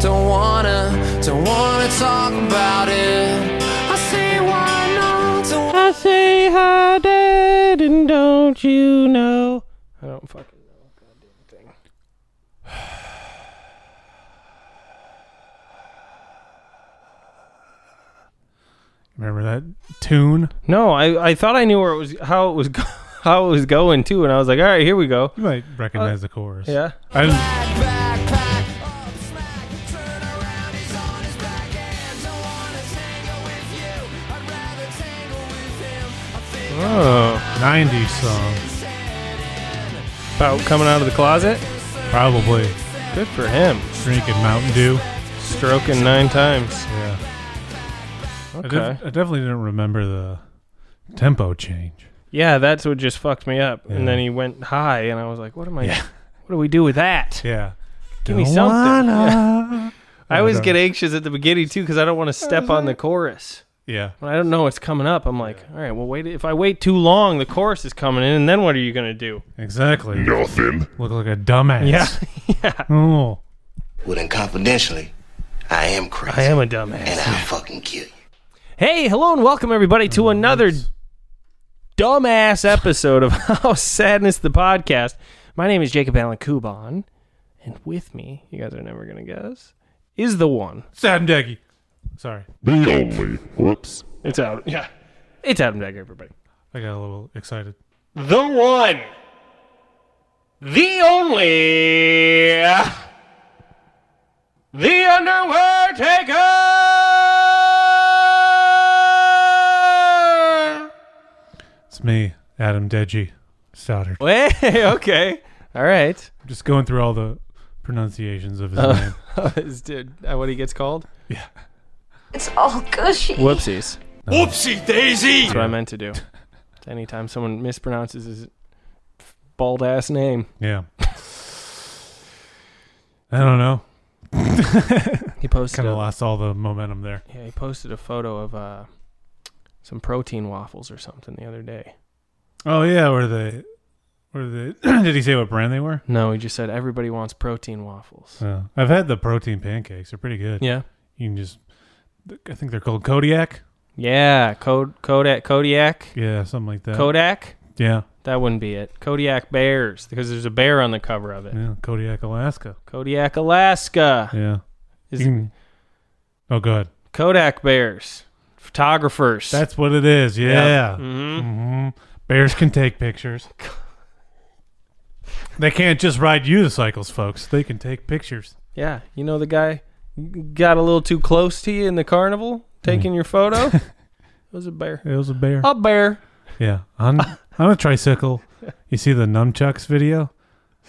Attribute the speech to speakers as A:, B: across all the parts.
A: don't wanna, don't wanna talk about it. I say why not? Don't
B: I say hi, Dad, and don't you know? I don't fucking know. Goddamn thing.
C: Remember that tune?
B: No, I, I thought I knew where it was, how it was, go- how it was going too, and I was like, all right, here we go.
C: You might recognize the chorus.
B: Uh, Yeah.
C: I,
A: back, back, back up slack. Turn around, he's on his back and don't wanna tangle with you. I'd rather tangle with him. I think
B: Oh,
C: 90s song,
B: about coming out of the closet.
C: probably.
B: Good for him.
C: Drinking Mountain Dew.
B: Stroking nine times.
C: Yeah. I,
B: Okay.
C: def- I definitely didn't remember the tempo change.
B: Yeah, that's what just fucked me up.
C: Yeah.
B: And then he went high, and I was like, "What am I? What do we do with that?"
C: Yeah.
B: Give me
C: Don't
B: something.
C: wanna-
B: I always
C: don't-
B: get anxious at the beginning too because I don't want to step on the chorus.
C: Yeah.
B: When I don't know what's coming up, I'm like, "All right, well, wait. If I wait too long, the chorus is coming in, and then what are you gonna do?"
C: Exactly. Nothing. Look like a dumbass. Oh.
D: Well, then confidentially, I am crazy.
B: I am a dumbass.
D: And I'll fucking kill you.
B: Hey, hello, and welcome everybody to another dumbass episode of How Sadness the Podcast. My name is Jacob Allen Kuban, and with me, you guys are never gonna guess, is the one.
C: Sad and Decky. Sorry.
E: The only. Whoops.
B: It's out. Yeah, it's Adam Decker, everybody.
C: I got a little excited.
B: The one, the only, the underwear taker.
C: It's me, Adam Deji Stoddard.
B: Hey, okay, all right.
C: I'm just going through all the pronunciations of his
B: Uh,
C: name.
B: Is dude, uh, what he gets called?
F: It's all gushy.
B: Whoopsies.
E: Whoopsie daisy!
B: That's what I meant to do. Anytime someone mispronounces his bald ass name,
C: Yeah. I don't know.
B: he posted.
C: Kind of
B: A,
C: lost all the momentum there.
B: yeah, he posted a photo of uh, some protein waffles or something the other day.
C: Oh yeah, were they? Were they? did he say what brand they were?
B: No, he just said everybody wants protein waffles.
C: Oh. I've had the protein pancakes. They're pretty good.
B: Yeah.
C: You can just. I think they're called Kodiak.
B: Yeah, Cod Kodak Kodiak.
C: Yeah, something like that.
B: Kodak?
C: yeah,
B: That wouldn't be it. Kodiak Bears because there's a bear on the cover of it.
C: yeah, Kodiak, Alaska.
B: Kodiak Alaska
C: Yeah.
B: is
C: You can- oh, good.
B: Kodak Bears. Photographers. Mm-hmm.
C: That's what it is. Yeah. hmm Bears can take pictures. they can't just ride unicycles, folks. They can take pictures.
B: Yeah, you know the guy got a little too close to you in the carnival taking your photo. it was a bear.
C: It was a bear.
B: A bear.
C: Yeah, on on a tricycle. You see the nunchucks video?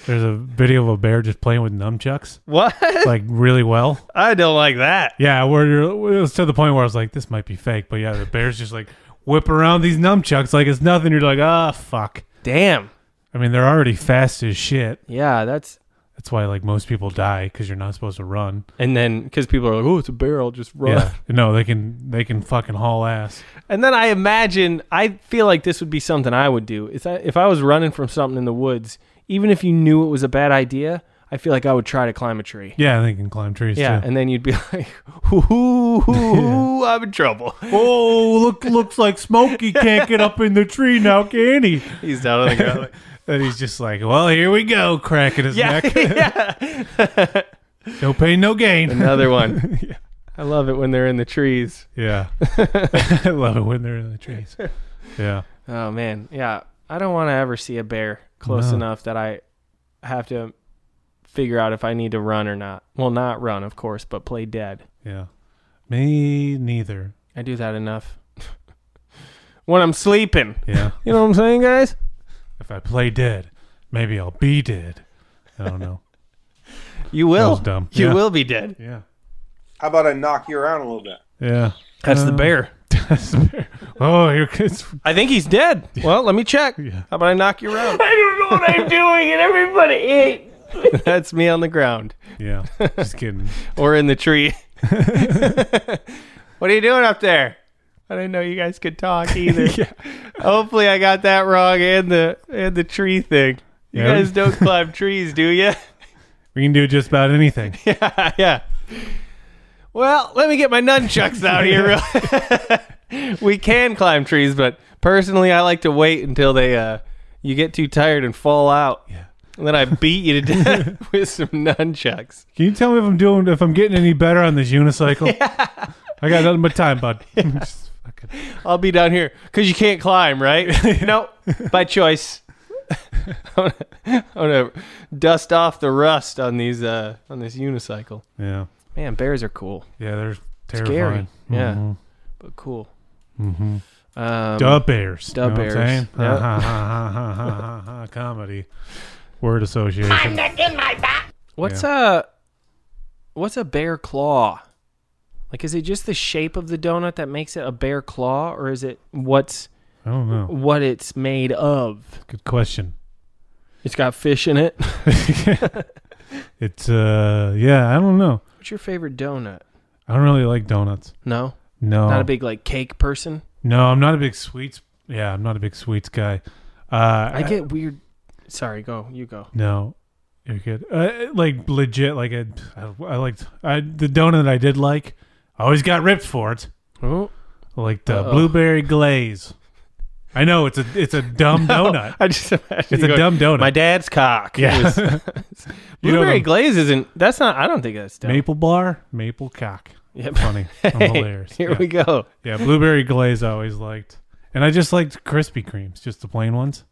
C: There's a video of a bear just playing with nunchucks,
B: What?
C: like really well.
B: I don't like that.
C: Yeah, where you're, it was to the point where I was like, this might be fake, but yeah, the bears just like whip around these nunchucks like it's nothing. You're like, ah, fuck.
B: Damn.
C: I mean, they're already fast as shit.
B: Yeah, that's
C: That's why like most people die because you're not supposed to run.
B: and then because people are like, oh, it's a bear. I'll just run.
C: Yeah, no, they can they can fucking haul ass.
B: And then I imagine I feel like this would be something I would do. If I, if I was running from something in the woods, even if you knew it was a bad idea, I feel like I would try to climb a tree.
C: Yeah, they can climb trees
B: Yeah,
C: too.
B: and then you'd be like, "Ooh, I'm in trouble."
C: oh, look, looks like Smokey can't get up in the tree now, can he?
B: He's down on the ground.
C: And he's just like, well, here we go, cracking his
B: Yeah,
C: neck.
B: yeah.
C: No pain, no gain.
B: Another one. I love it when they're in the trees.
C: yeah. I love it when they're in the trees. Yeah.
B: Oh man, yeah. I don't want to ever see a bear close
C: No.
B: enough that I have to figure out if I need to run or not. Well, not run, of course, but play dead.
C: Yeah. Me neither.
B: I do that enough. when I'm sleeping.
C: Yeah.
B: You know what I'm saying, guys?
C: if I play dead, maybe I'll be dead. I don't know.
B: You will.
C: was dumb.
B: You
C: Yeah.
B: will be dead.
C: Yeah.
G: How about I knock you around a little bit?
C: Yeah.
B: That's
C: Uh,
B: the bear.
C: oh, here it's
B: I think he's dead. Well, let me check.
C: Yeah.
B: How about I knock you around?
F: I don't know what I'm doing, and everybody ate.
B: That's me on the ground
C: Yeah. Just kidding.
B: or in the tree. what are you doing up there? I didn't know you guys could talk either. Hopefully, I got that wrong and the and the tree thing. You
C: Yeah.
B: guys don't climb trees, do you?
C: We can do just about anything.
B: yeah, yeah. Well, let me get my nunchucks out here. real- we can climb trees, but personally, I like to wait until they uh, you get too tired and fall out. Yeah. And then I beat you to death with some nunchucks.
C: Can you tell me if I'm doing if I'm getting any better on this unicycle? I got nothing but time, bud. Just fucking-
B: I'll be down here because you can't climb, right? no, by choice. I'm gonna, I'm gonna dust off the rust on these uh, on this unicycle.
C: yeah,
B: Man, bears are cool,
C: yeah, they're
B: scary.
C: terrifying.
B: Yeah,
C: Mhm.
B: but cool.
C: Mhm.
B: Um,
C: Duh bears.
B: duh
C: know what I'm
B: bears.
C: saying?
B: Yeah.
C: Ha, ha, ha, ha, ha, ha, ha, ha, Comedy. Word association.
B: What's a what's a bear claw? Like, is it just the shape of the donut that makes it a bear claw, or is it what's
C: I don't know.
B: what it's made of?
C: Good question.
B: It's got fish in it.
C: It's uh yeah, I don't know.
B: What's your favorite donut?
C: I don't really like donuts.
B: No,
C: No.
B: not a big like cake person.
C: No, I'm not a big sweets. Yeah, I'm not a big sweets guy. Uh
B: I get weird. Sorry, go. You go.
C: No, you're good. Uh, like legit, like a, I, I liked I, the donut I did like. I always got ripped for it.
B: Oh,
C: Like the
B: Uh-oh.
C: blueberry glaze. I know it's a it's a dumb donut.
B: I just imagine
C: It's
B: you
C: a dumb donut.
B: My dad's cock.
C: Yeah.
B: is-
C: You know
B: blueberry
C: them-
B: glaze isn't. That's not. I don't think that's dumb.
C: Maple bar, maple cock.
B: Yep.
C: Funny, I'm
B: Hey,
C: hilarious.
B: Here
C: yeah.
B: we go.
C: Yeah, blueberry glaze I always liked, and I just liked Krispy Kremes, just the plain ones.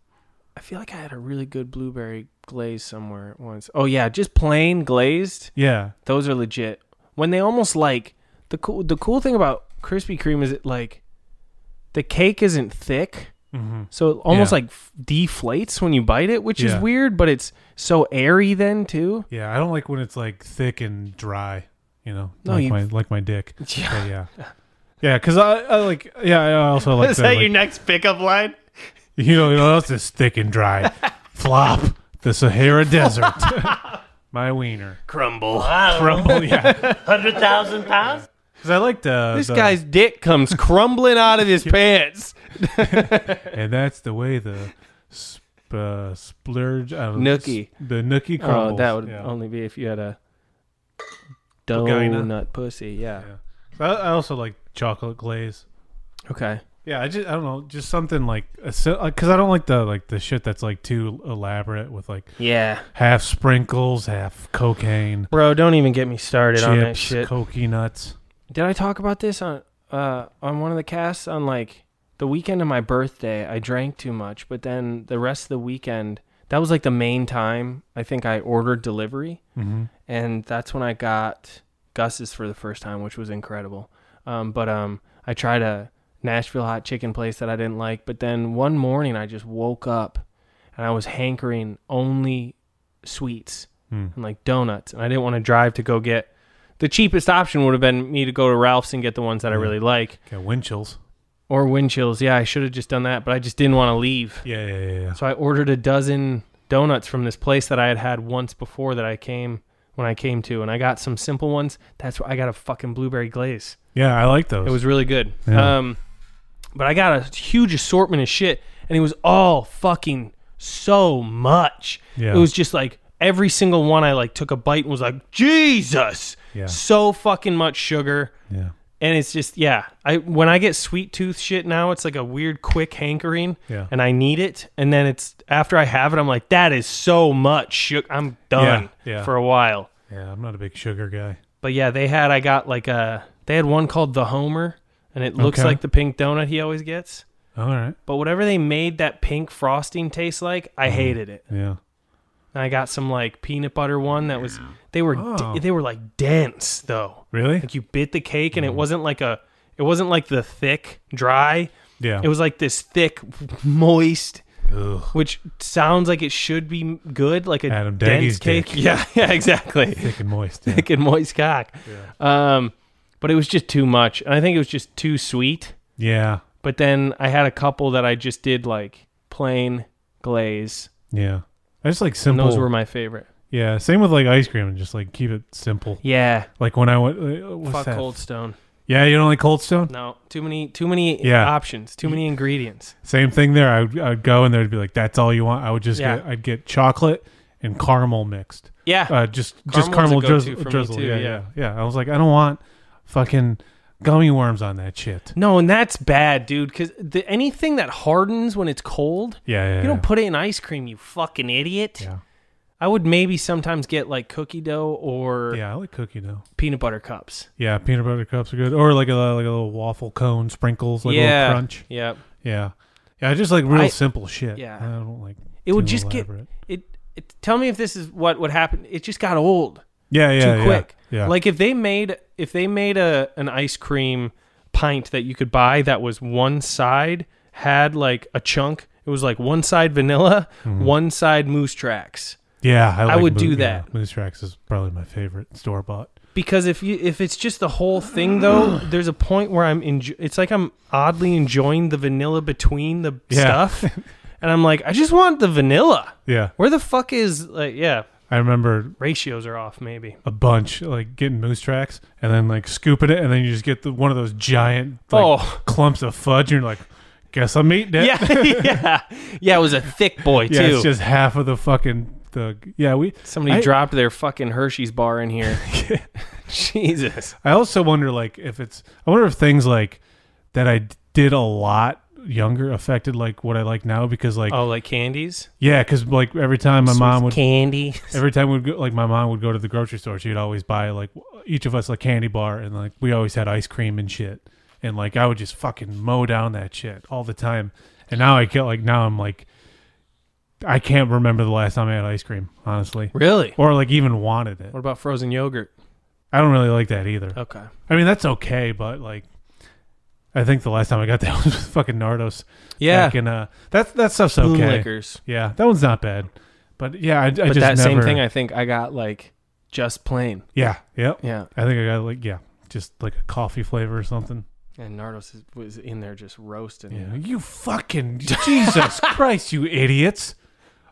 B: I feel like I had a really good blueberry glaze somewhere once. Oh yeah, just plain glazed.
C: Yeah,
B: Those are legit. When they almost like the cool the cool thing about Krispy Kreme is it like the cake isn't thick. So it almost
C: Mm-hmm. Yeah.
B: like f- deflates when you bite it, which
C: Yeah.
B: is weird, but it's so airy then too.
C: yeah. I don't like when it's like thick and dry. You know,
B: No,
C: like
B: you-
C: my like my dick.
B: Yeah.
C: But yeah. Yeah, because I, I like, yeah, I also like
B: is
C: the,
B: that
C: like,
B: your next pickup line?
C: You know, you know that's just thick and dry. Flop the Sahara Desert. My wiener
B: Crumble.
C: crumble. Yeah, hundred thousand pounds. Because I like the
B: This
C: the-
B: guy's dick comes crumbling out of his pants.
C: and that's the way the sp- uh, splurge I don't know,
B: Nookie.
C: s- the nookie crumbles.
B: Oh, that would
C: yeah.
B: only be if you had a
C: Vagina.
B: donut pussy. Yeah.
C: Yeah. I, I also like chocolate glaze.
B: Okay.
C: Yeah, I just I don't know, just something like because I don't like the like the shit that's like too elaborate with like
B: Yeah.
C: half sprinkles, half cocaine,
B: Bro, don't even get me started on that
C: chips,
B: shit.
C: cokey nuts.
B: Did I talk about this on uh on one of the casts on like the weekend of my birthday? I drank too much, but then the rest of the weekend, that was like the main time I think I ordered delivery.
C: Mhm.
B: And that's when I got Gus's for the first time, which was incredible. Um but um I tried a Nashville hot chicken place that I didn't like, but then one morning I just woke up and I was hankering only sweets and like donuts and I didn't want to drive to go get the cheapest option would have been me to go to Ralph's and get the ones that I really like
C: Got wind chills.
B: or wind chills. Yeah, I should have just done that, but I just didn't want to leave.
C: Yeah, yeah, yeah. yeah.
B: So I ordered a dozen donuts from this place that I had had once before that I came when I came to and I got some simple ones. That's why I got a fucking blueberry glaze.
C: Yeah, I like those.
B: It was really good.
C: Yeah.
B: Um but I got a huge assortment of shit and it was all fucking so much.
C: Yeah.
B: It was just like every single one I like took a bite and was like, "Jesus."
C: Yeah.
B: So fucking much sugar.
C: yeah,
B: and it's just yeah i when i get sweet tooth shit now it's like a weird quick hankering
C: Yeah.
B: and i need it and then it's after i have it i'm like that is so much shook i'm done
C: Yeah, yeah.
B: for a while
C: yeah. I'm not a big sugar guy.
B: but yeah they had i got like a they had one called the homer and it looks
C: Okay.
B: like the pink donut he always gets
C: All right.
B: but whatever they made that pink frosting taste like i
C: Mm-hmm.
B: hated it
C: Yeah.
B: and i got some like peanut butter one that was they were d-
C: Oh.
B: they were like dense though
C: Really?
B: like you bit the cake
C: Mm-hmm.
B: and it wasn't like a it wasn't like the thick dry
C: Yeah.
B: It was like this thick, moist,
C: Ugh.
B: which sounds like it should be good, like a
C: Adam
B: dense
C: Daggie's
B: cake.
C: dick.
B: Yeah, yeah, exactly.
C: thick and moist. Yeah.
B: Thick and moist cock. Um, but it was just too much, and I think it was just too sweet.
C: yeah.
B: But then I had a couple that I just did like plain glaze,
C: Yeah. I just like
B: and
C: simple.
B: those were my favorite.
C: yeah. Same with like ice cream and just like keep it simple.
B: Yeah,
C: Like when I went. Uh, what's
B: fuck
C: that?
B: Cold Stone.
C: Yeah, you don't like Cold Stone?
B: No, too many, too many
C: Yeah.
B: options, too many ingredients.
C: Same thing there. I would, I would go and there'd be like, that's all you want. I would just
B: Yeah.
C: get, I'd get chocolate and caramel mixed.
B: Yeah,
C: Uh, just
B: Caramel's a
C: just caramel
B: go-to
C: drizzle.
B: for me
C: drizzle.
B: too,
C: yeah,
B: yeah.
C: yeah, yeah. I was like, I don't want fucking gummy worms on that shit.
B: No, and that's bad, dude. Because anything that hardens when it's cold,
C: Yeah, yeah.
B: you
C: yeah.
B: don't put it in ice cream, you fucking idiot.
C: Yeah.
B: I would maybe sometimes get like cookie dough or
C: Yeah, I like cookie dough.
B: peanut butter cups.
C: Yeah, peanut butter cups are good, or like a like a little waffle cone sprinkles, like a
B: yeah,
C: little crunch.
B: yeah.
C: Yeah, yeah, I just like real
B: I-
C: simple shit.
B: yeah.
C: I don't like.
B: It would
C: too
B: just
C: elaborate.
B: get it, it. Tell me if this is what would happen. It just got old.
C: yeah, yeah,
B: too
C: yeah,
B: quick.
C: Yeah,
B: Like if they made if they made a an ice cream pint that you could buy that was one side had like a chunk. It was like one side vanilla,
C: Mm-hmm.
B: one side moose tracks.
C: yeah, I, like
B: would
C: Moo-
B: do
C: yeah,
B: that.
C: Moose tracks is probably my favorite store bought.
B: Because if you if it's just the whole thing though, there's a point where I'm enjo- it's like I'm oddly enjoying the vanilla between the
C: Yeah.
B: stuff. And I'm like, I just want the vanilla.
C: Yeah,
B: Where the fuck is like yeah,
C: I remember
B: ratios are off maybe.
C: a bunch like getting moose tracks and then like scooping it, and then you just get the, one of those giant like,
B: Oh.
C: clumps of fudge, and you're like, guess I'm eating it.
B: Yeah, yeah. Yeah, it was a thick boy too.
C: yeah, it's just half of the fucking the yeah we
B: Somebody
C: I-
B: dropped their fucking Hershey's bar in here. Jesus.
C: I also wonder like if it's I wonder if things like that I d- did a lot younger affected like what I like now because like
B: Oh, like candies?
C: yeah because like every time my mom would
B: candy.
C: every time we'd go, like my mom would go to the grocery store she'd always buy like w- each of us a candy bar and like we always had ice cream and shit and like I would just fucking mow down that shit all the time and now I get like now I'm like I can't remember the last time I had ice cream honestly
B: Really?
C: or like even wanted it
B: What about frozen yogurt?
C: I don't really like that either
B: Okay.
C: I mean, that's okay, but like, I think the last time I got that was with fucking Nardos.
B: Yeah.
C: Back in, uh, that that stuff's okay.
B: Boomlickers.
C: Yeah, that one's not bad. But yeah, I, I
B: But
C: just
B: that same
C: never-
B: thing I think I got like just plain.
C: yeah, yep.
B: Yeah.
C: I think I got like yeah, just like a coffee flavor or something.
B: And Nardos is, was in there just roasting.
C: Yeah. You fucking Jesus Christ, you idiots!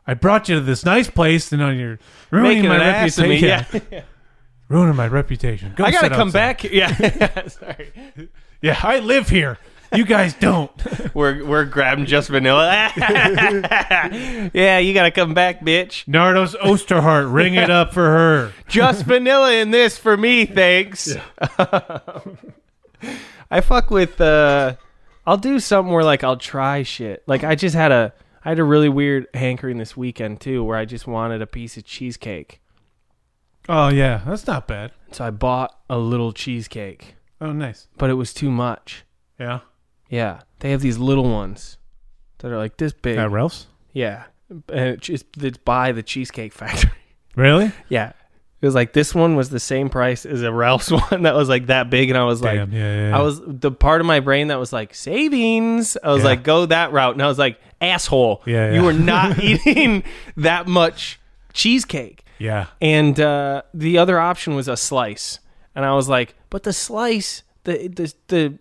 C: I brought you to this nice place, and on your ruining
B: Making
C: my
B: an ass of
C: reputation.
B: me. Yeah.
C: ruining my reputation. Go
B: I got to
C: sit
B: come
C: outside.
B: back. here. Yeah. Sorry.
C: Yeah, I live here. You guys don't.
B: We're, we're grabbing just vanilla. yeah, you got to come back, bitch.
C: Nardos Osterhart, ring it up for her.
B: just vanilla in this for me, thanks. I fuck with uh I'll do something where like I'll try shit. Like I just had a I had a really weird hankering this weekend too where I just wanted a piece of cheesecake.
C: Oh yeah, that's not bad.
B: So I bought a little cheesecake,
C: Oh nice.
B: but it was too much.
C: Yeah.
B: Yeah. They have these little ones that are like this big.
C: At Ralph's?
B: yeah. And it just it's by the cheesecake factory.
C: Really?
B: yeah. It was like this one was the same price as a Ralph's one that was like that big and I was like
C: Damn. yeah, yeah, yeah.
B: I was the part of my brain that was like savings. I was
C: Yeah.
B: like, go that route, and I was like, asshole,
C: Yeah, yeah.
B: you were not eating that much cheesecake.
C: Yeah.
B: And uh, the other option was a slice, and I was like, but the slice, the the the.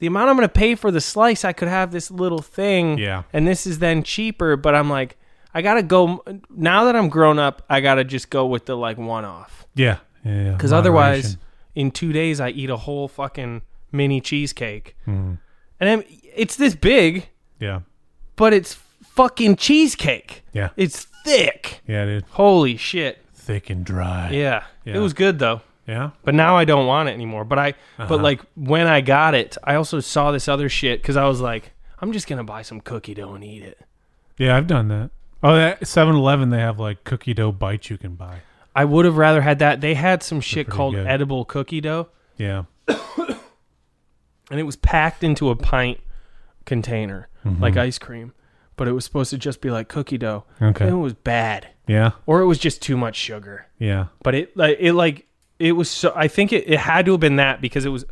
B: The amount I'm going to pay for the slice, I could have this little thing.
C: Yeah.
B: And this is then cheaper, but I'm like, I got to go. Now that I'm grown up, I got to just go with the like one off.
C: Yeah. Yeah.
B: Because otherwise, in two days, I eat a whole fucking mini cheesecake.
C: Hmm.
B: And I'm, it's this big,
C: Yeah.
B: but it's fucking cheesecake.
C: Yeah.
B: It's thick.
C: Yeah, dude.
B: Holy shit.
C: Thick and dry.
B: Yeah.
C: Yeah.
B: It was good though.
C: Yeah.
B: But now I don't want it anymore. But I,
C: Uh-huh.
B: but like when I got it, I also saw this other shit because I was like, I'm just going to buy some cookie dough and eat it.
C: Yeah, I've done that. Oh, that 7-Eleven, they have like cookie dough bites you can buy.
B: I would have rather had that. They had some shit
C: pretty
B: called
C: good.
B: edible cookie dough
C: Yeah.
B: and it was packed into a pint container
C: Mm-hmm.
B: like ice cream but it was supposed to just be like cookie dough
C: Okay.
B: and it was bad
C: Yeah.
B: or it was just too much sugar
C: Yeah.
B: but it like it like it was so i think it, it had to have been that because it was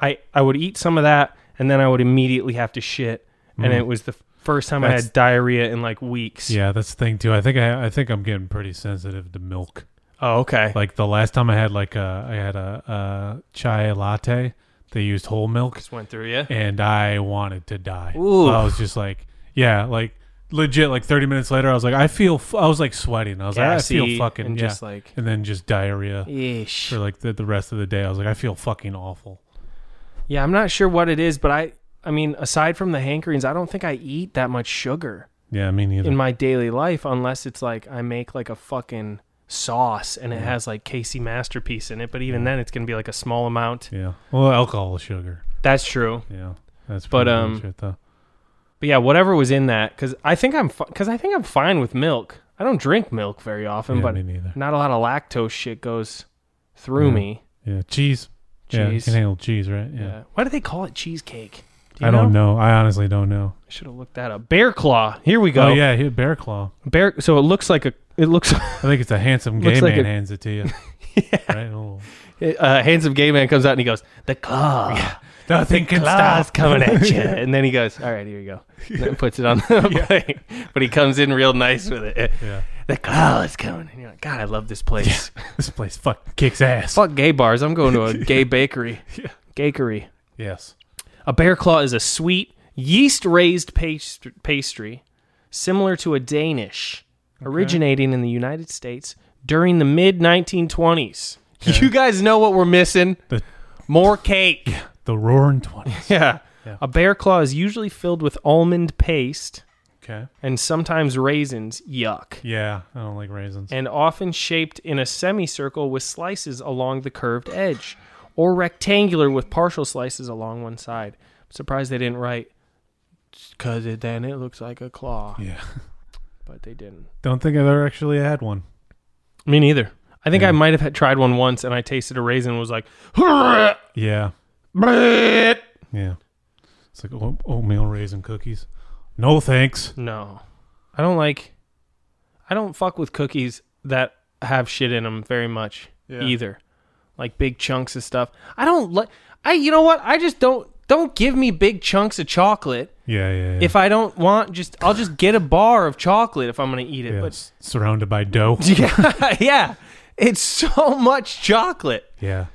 B: i i would eat some of that and then i would immediately have to shit and it was the first time i
C: Mm-hmm. That's-
B: had diarrhea in like weeks
C: Yeah, that's the thing too. I think I I think I'm getting pretty sensitive to milk.
B: oh okay
C: Like the last time I had like a I had a, a chai latte, they used whole milk.
B: just went through yeah
C: and I wanted to die.
B: Ooh.
C: I was just like, yeah, like legit. Like thirty minutes later, I was like, I feel, f- I was like sweating. I was like, I
B: Gassy
C: feel fucking,
B: and
C: yeah.
B: just like-
C: and then just diarrhea
B: Yeesh.
C: for like the, the rest of the day. I was like, I feel fucking awful.
B: yeah i'm not sure what it is but i i mean aside from the hankerings i don't think i eat that much sugar
C: Yeah, me neither.
B: in my daily life unless it's like I make like a fucking sauce and it has like Casey masterpiece in it, but even then it's gonna be like a small amount.
C: Yeah. Well, alcohol is sugar.
B: That's true.
C: Yeah. That's
B: But,
C: pretty
B: um,
C: much it, though.
B: But yeah, whatever was in that, because I think I'm because I think I'm fine with milk. I don't drink milk very often,
C: Yeah,
B: but
C: me neither.
B: not a lot of lactose shit goes through me.
C: Yeah, cheese. Yeah, you
B: Cheese.
C: can handle cheese, right? Yeah.
B: Uh, why do they call it cheesecake? Do you
C: I don't know. I honestly don't know.
B: I should have looked that up. Bear claw. Here we go.
C: Oh yeah, he bear claw.
B: Bear. So it looks like a. It looks
C: I think it's a handsome
B: Looks
C: gay
B: like
C: man
B: a-
C: hands it to you. Right? Oh.
B: uh, handsome gay man comes out and he goes, "The claw,
C: Nothing can
B: claw's coming at you." And then he goes, "All right, here you go." And then puts it on the plate, but he comes in real nice with it.
C: Yeah.
B: The claw is coming, and you're like, "God, I love this place."
C: This place fucking kicks ass.
B: Fuck gay bars. I'm going to a gay bakery.
C: Yeah.
B: Bakery.
C: Yes.
B: A bear claw is a sweet yeast raised past- pastry similar to a Danish, originating in the United States during the mid 1920s. You guys know what we're missing?
C: The-
B: More cake.
C: The roaring twenties.
B: Yeah. A bear claw is usually filled with almond paste
C: Okay.
B: and sometimes raisins. Yuck.
C: Yeah, I don't like raisins.
B: and often shaped in a semicircle with slices along the curved edge, or rectangular with partial slices along one side. I'm surprised they didn't write, because it, then it looks like a claw,
C: yeah.
B: but they didn't.
C: Don't think I've ever actually had one.
B: Me neither. I think I might have had tried one once, and I tasted a raisin and was like,
C: Yeah.
B: no.
C: Yeah. It's like oat- oatmeal raisin cookies. No thanks.
B: I don't like, I don't fuck with cookies that have shit in them very much
C: Yeah.
B: either. like big chunks of stuff. I don't like. I you know what? I just don't don't give me big chunks of chocolate
C: Yeah, yeah, yeah.
B: if I don't want. Just I'll just get a bar of chocolate if I'm gonna eat it.
C: yeah. s- surrounded by dough.
B: But yeah, it's so much chocolate.
C: yeah.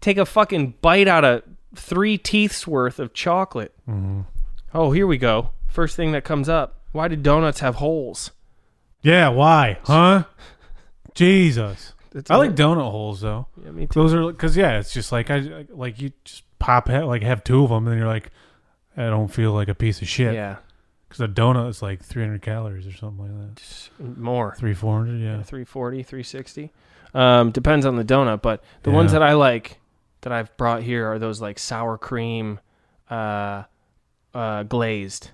B: Take a fucking bite out of three teeth's worth of chocolate.
C: Mm-hmm.
B: Oh, here we go. First thing that comes up. Why do donuts have holes?
C: Yeah, why? Huh? Jesus.
B: That's
C: I like
B: what-
C: donut holes though.
B: Yeah, me too.
C: Those are because yeah, it's just like I like you just pop it like have two of them and you're like, I don't feel like a piece of shit.
B: Yeah,
C: Because a donut is like 300 calories or something like that.
B: more.
C: Three, 400. Yeah.
B: 340, 360. Um, depends on the donut, but the ones
C: Yeah.
B: that I like that I've brought here are those like sour cream, uh, uh, glazed,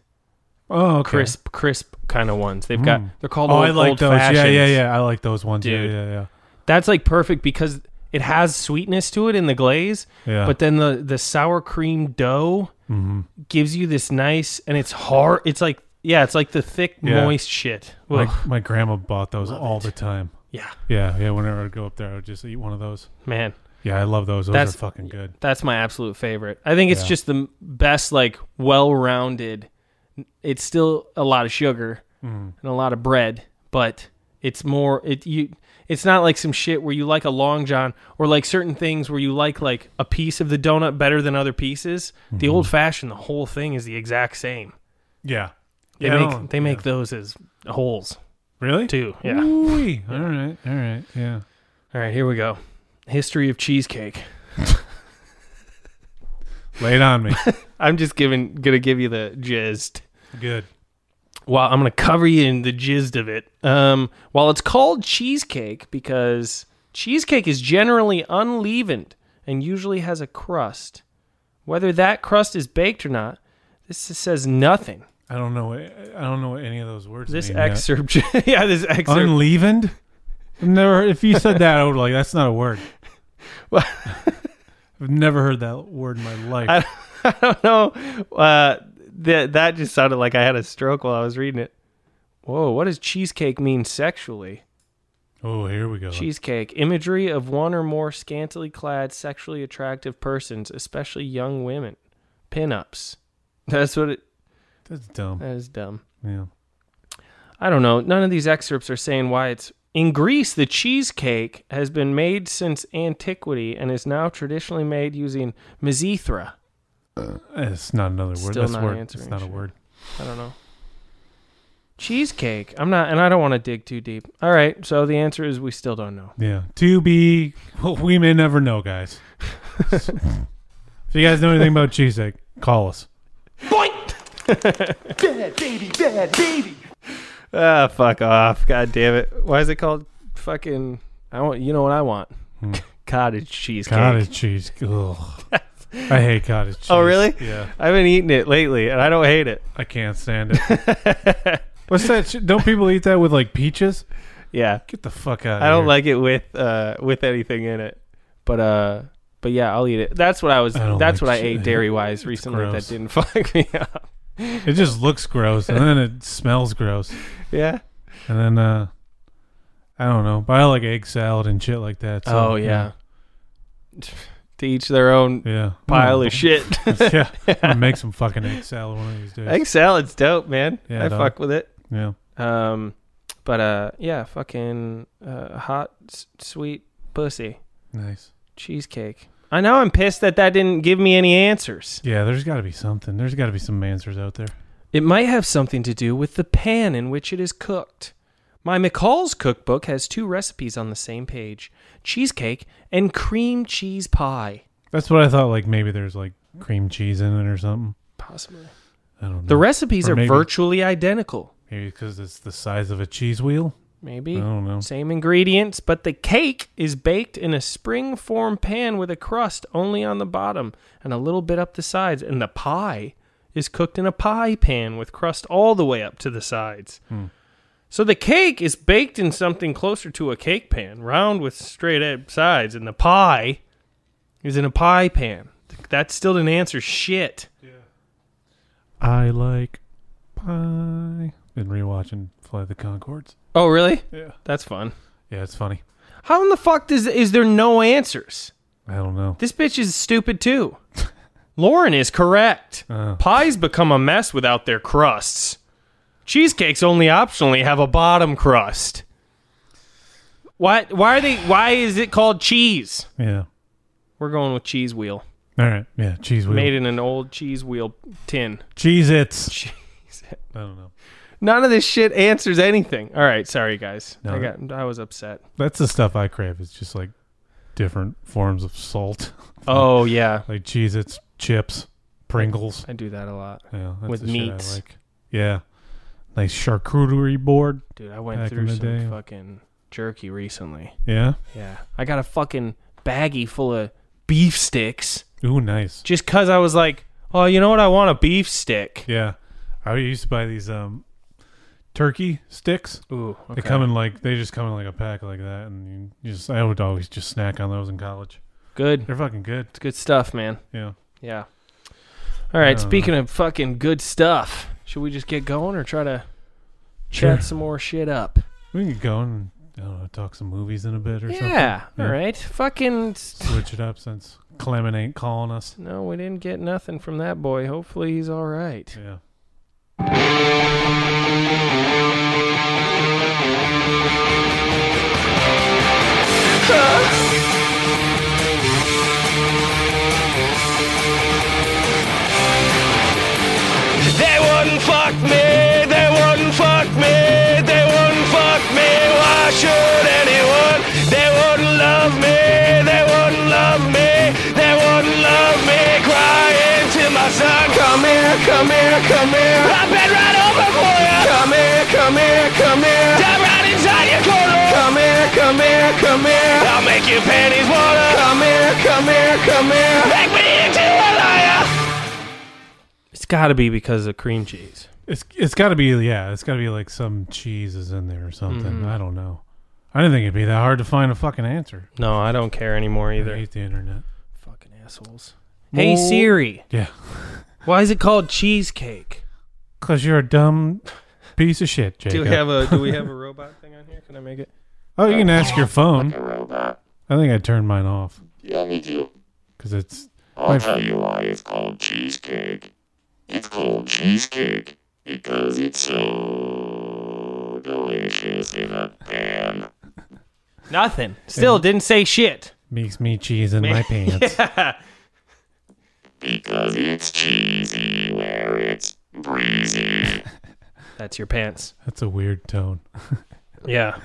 C: Oh, okay.
B: crisp, crisp kind of ones. They've got
C: Mm.
B: they're called
C: Oh,
B: old,
C: I like
B: old
C: those. Yeah, yeah,
B: fashions.
C: yeah. I like those ones.
B: Dude.
C: Yeah, yeah, yeah.
B: That's like perfect because it has sweetness to it in the glaze,
C: Yeah. Mm-hmm.
B: but then the the sour cream dough gives you this nice and it's hard. It's like yeah, it's like the thick
C: Yeah.
B: moist shit. Well,
C: My, my grandma bought those all the time.
B: yeah,
C: Yeah, yeah. Whenever I'd go up there, I would just eat one of those.
B: man.
C: Yeah, I love those. Those
B: That's-
C: are fucking good.
B: That's my absolute favorite. I think it's just the m- best, like well-rounded. It's still a lot of sugar
C: Mm.
B: and a lot of bread, but it's more it you. It's not like some shit where you like a long john or like certain things where you like like a piece of the donut better than other pieces.
C: Mm-hmm.
B: The old fashioned, the whole thing is the exact same.
C: Yeah.
B: They
C: yeah, Mm. I
B: make
C: don't-
B: they make those as holes
C: Really?
B: too. Yeah.
C: Ooh-wee. All right. All right. Yeah.
B: All right, here we go. History of cheesecake.
C: Lay it on me.
B: I'm just giving gonna give you the gist.
C: good.
B: Well, I'm going to cover you in the gist of it. Um, while it's called cheesecake because cheesecake is generally unleavened and usually has a crust, whether that crust is baked or not, this says nothing.
C: I don't know. what- I don't know what any of those words.
B: This
C: mean yet.
B: excerpt, yeah, this excerpt.
C: unleavened. I've never. If you said that, I would like. That's not a word.
B: What?
C: I've never heard that word in my life.
B: I don't know. Uh, that that just sounded like I had a stroke while I was reading it. Whoa, what does cheesecake mean sexually?
C: oh, here we go.
B: Cheesecake imagery of one or more scantily clad, sexually attractive persons, especially young women. Pinups. That's what it.
C: That's dumb.
B: That is dumb.
C: Yeah.
B: I don't know. None of these excerpts are saying why it's. In Greece, the cheesecake has been made since antiquity and is now traditionally made using mizithra.
C: It's not another word.
B: Still
C: That's
B: not
C: word.
B: answering
C: It's not
B: shit.
C: a word.
B: I don't know. Cheesecake. I'm not, and I don't want to dig too deep. All right. So the answer is we still don't know.
C: Yeah. To be. Well, we may never know, guys. if you guys know anything about cheesecake, call us.
B: Ah, fuck off. God damn it. Why is it called fucking I want you know what I want. cottage cheesecake.
C: Hmm. Cottage cheese. Ugh. I hate cottage cheese.
B: Oh really?
C: Yeah.
B: I've been eating it lately, and I don't hate it.
C: I can't stand it. What's that? shit? Don't people eat that with like peaches?
B: Yeah,
C: Get the fuck out!
B: I don't like it with uh with anything in it, but uh. But yeah, I'll eat it. That's what I was.
C: I don't
B: that's
C: like
B: what I
C: ch-
B: ate dairy wise recently.
C: gross.
B: That didn't fuck me up.
C: It just looks gross, and then it smells gross,
B: Yeah.
C: and then uh, I don't know. But I like egg salad and shit like that. so,
B: oh yeah. to each their own
C: yeah. Yeah.
B: pile
C: Mm.
B: of shit.
C: yeah, I'm gonna make some fucking egg salad one of these days.
B: Egg salad's dope, man.
C: Yeah,
B: I
C: dog.
B: fuck with it.
C: Yeah,
B: Um, but uh, yeah, fucking uh, hot s- sweet pussy
C: nice.
B: cheesecake. I know I'm pissed that that didn't give me any answers.
C: Yeah, there's got to be something. There's got to be some answers out there.
B: It might have something to do with the pan in which it is cooked. My McCall's cookbook has two recipes on the same page: cheesecake and cream cheese pie.
C: That's what I thought. Like maybe there's like cream cheese in it or something.
B: Possibly.
C: I don't know.
B: The recipes
C: Or
B: are
C: maybe-
B: virtually identical.
C: maybe because it's the size of a cheese wheel.
B: Maybe.
C: I don't know.
B: Same ingredients, but the cake is baked in a spring form pan with a crust only on the bottom and a little bit up the sides. And the pie is cooked in a pie pan with crust all the way up to the sides. So the cake is baked in something closer to a cake pan, round with straight ed- sides, and the pie is in a pie pan. That still didn't answer shit.
C: I like pie. Been rewatching Fly the Concords.
B: Oh, really?
C: Yeah.
B: That's fun.
C: Yeah, it's funny.
B: How in the fuck does is there no answers?
C: I don't know.
B: This bitch is stupid too. Lauren is correct.
C: Oh.
B: Pies become a mess without their crusts. Cheesecakes only optionally have a bottom crust. Why why are they why is it called cheese?
C: Yeah.
B: We're going with cheese wheel.
C: All right. Yeah, cheese wheel.
B: Made in an old cheese wheel tin.
C: Cheese it's.
B: Jeez.
C: I don't know.
B: None of this shit answers anything. All right, sorry guys.
C: No.
B: I got I was upset.
C: That's the stuff I crave. It's just like different forms of salt,
B: Oh yeah.
C: like cheese it's, chips, Pringles.
B: I do that a lot.
C: Yeah, that's
B: With
C: the shit I
B: meats.
C: like. Yeah. Nice charcuterie board.
B: Dude, I went
C: Back in
B: through
C: the
B: some
C: day.
B: fucking jerky recently.
C: Yeah.
B: Yeah. I got a fucking baggie full of beef sticks
C: Ooh, nice.
B: just because I was like, oh, you know what? I want a beef stick.
C: Yeah. I used to buy these um turkey sticks.
B: Ooh. Okay.
C: They come in like they just come in like a pack like that, and you just I would always just snack on those in college.
B: good.
C: They're fucking good.
B: It's good stuff, man.
C: Yeah.
B: Yeah. All right.
C: Uh,
B: speaking of fucking good stuff, should we just get going or try to
C: Sure.
B: chat some more shit up?
C: We can go and I don't know, talk some movies in a bit or
B: Yeah.
C: Yeah.
B: All right. Fucking. s-
C: something. Switch it up since Clement ain't calling us.
B: No, we didn't get nothing from that boy. Hopefully he's all right.
C: Yeah.
A: They wouldn't fuck me, they wouldn't fuck me, they wouldn't fuck me, why should anyone? They wouldn't love me, they wouldn't love me, they wouldn't love me, crying to my son, come here, come here, come here, I'll bend right over for you, come here, come here, come here, dive right inside your corner, come here, come here, come here, I'll make your panties water, come here, come here, come here, make me into a liar.
B: It's got to be because of cream cheese.
C: It's it's got to be yeah. It's got to be like some cheese is in there or something.
B: Mm-hmm.
C: I don't know. I didn't think it'd be that hard to find a fucking answer.
B: No, I don't care anymore
C: I
B: either.
C: hate the internet.
B: Fucking assholes. Hey, Siri.
C: Yeah.
B: Why is it called cheesecake?
C: Cause you're a dumb piece of shit, Jacob.
B: Do we have a do we have a robot thing on here? Can I make it?
C: oh, you can ask your phone.
E: Robot,
C: I think I turned mine off
E: yeah, me too.
C: because it's
E: I'll
C: My-
E: tell you why it's called cheesecake. It's called cheesecake because it's so delicious in a pan.
B: Nothing. Still didn't say shit.
C: makes me cheese in my pants.
E: Because it's cheesy where it's breezy.
B: That's your pants.
C: That's a weird tone,
B: Yeah.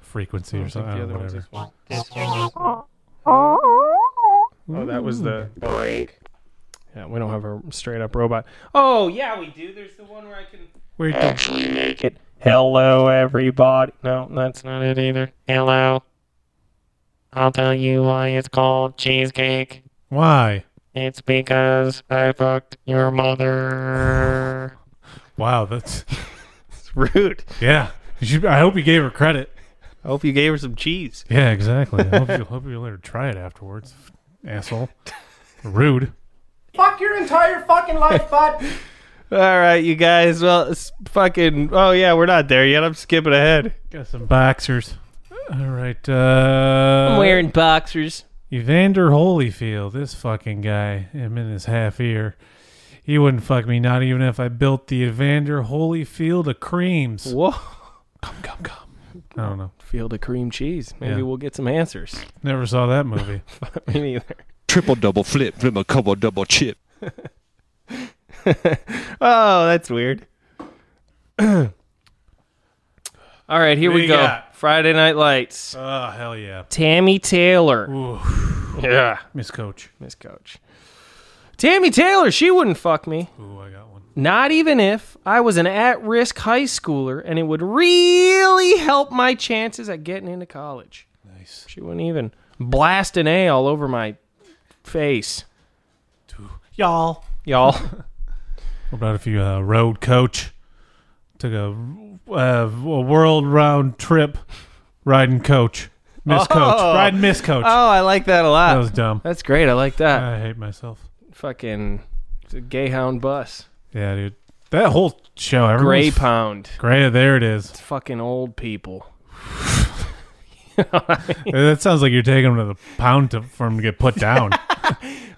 C: frequency or something. I don't know, whatever.
B: Oh, that was the Yeah, we don't have a straight up robot. Oh yeah, we do. There's the one where I can
C: Weird tone.
E: Actually make it
B: Hello everybody. No, that's not it either. Hello.
E: I'll tell you why it's called cheesecake.
C: Why?
E: It's because I fucked your mother.
C: Wow, that's
B: It's rude.
C: yeah. You should- I hope you gave her credit.
B: I hope you gave her some cheese.
C: Yeah, exactly. I hope you hope you let her try it afterwards, asshole. Rude.
G: Fuck your entire fucking life, bud.
B: All right, you guys. Well, it's fucking. Oh yeah, we're not there yet. I'm skipping ahead.
C: Got some boxers. All right. Uh,
B: I'm wearing boxers.
C: Evander Holyfield, this fucking guy, him in his half ear. He wouldn't fuck me, not even if I built the Evander Holyfield of creams.
B: Whoa.
C: Come, come, come. I don't know.
B: Field of cream cheese. Maybe
C: Yeah.
B: we'll get some answers.
C: Never saw that movie.
B: Me neither.
H: Triple double flip, flip a couple double chip.
B: Oh, that's weird. All right, here
C: What
B: we,
C: do you
B: go.
C: got?
B: Friday Night Lights.
C: oh, hell yeah.
B: Uh, Tammy Taylor.
C: Ooh,
B: Yeah.
C: Miss Coach.
B: Miss Coach. Tammy Taylor, she wouldn't fuck me.
C: Ooh, I got one.
B: Not even if I was an at risk high schooler and it would really help my chances at getting into college.
C: Nice.
B: She wouldn't even blast an A all over my face.
C: Y'all.
B: Y'all.
C: What about if you uh, road coach? Took a, uh, a world round trip riding coach. Miss Coach.
B: Oh.
C: Riding Miss Coach.
B: Oh, I like that a lot.
C: That was dumb.
B: That's great. I like that.
C: I hate myself.
B: Fucking it's a Gayhound bus.
C: Yeah, dude. That whole show,
B: Gray
C: everyone's
B: Pound.
C: Gray, there it is.
B: Fucking old people.
C: that sounds like you're taking him to the pound to, for him to get put down.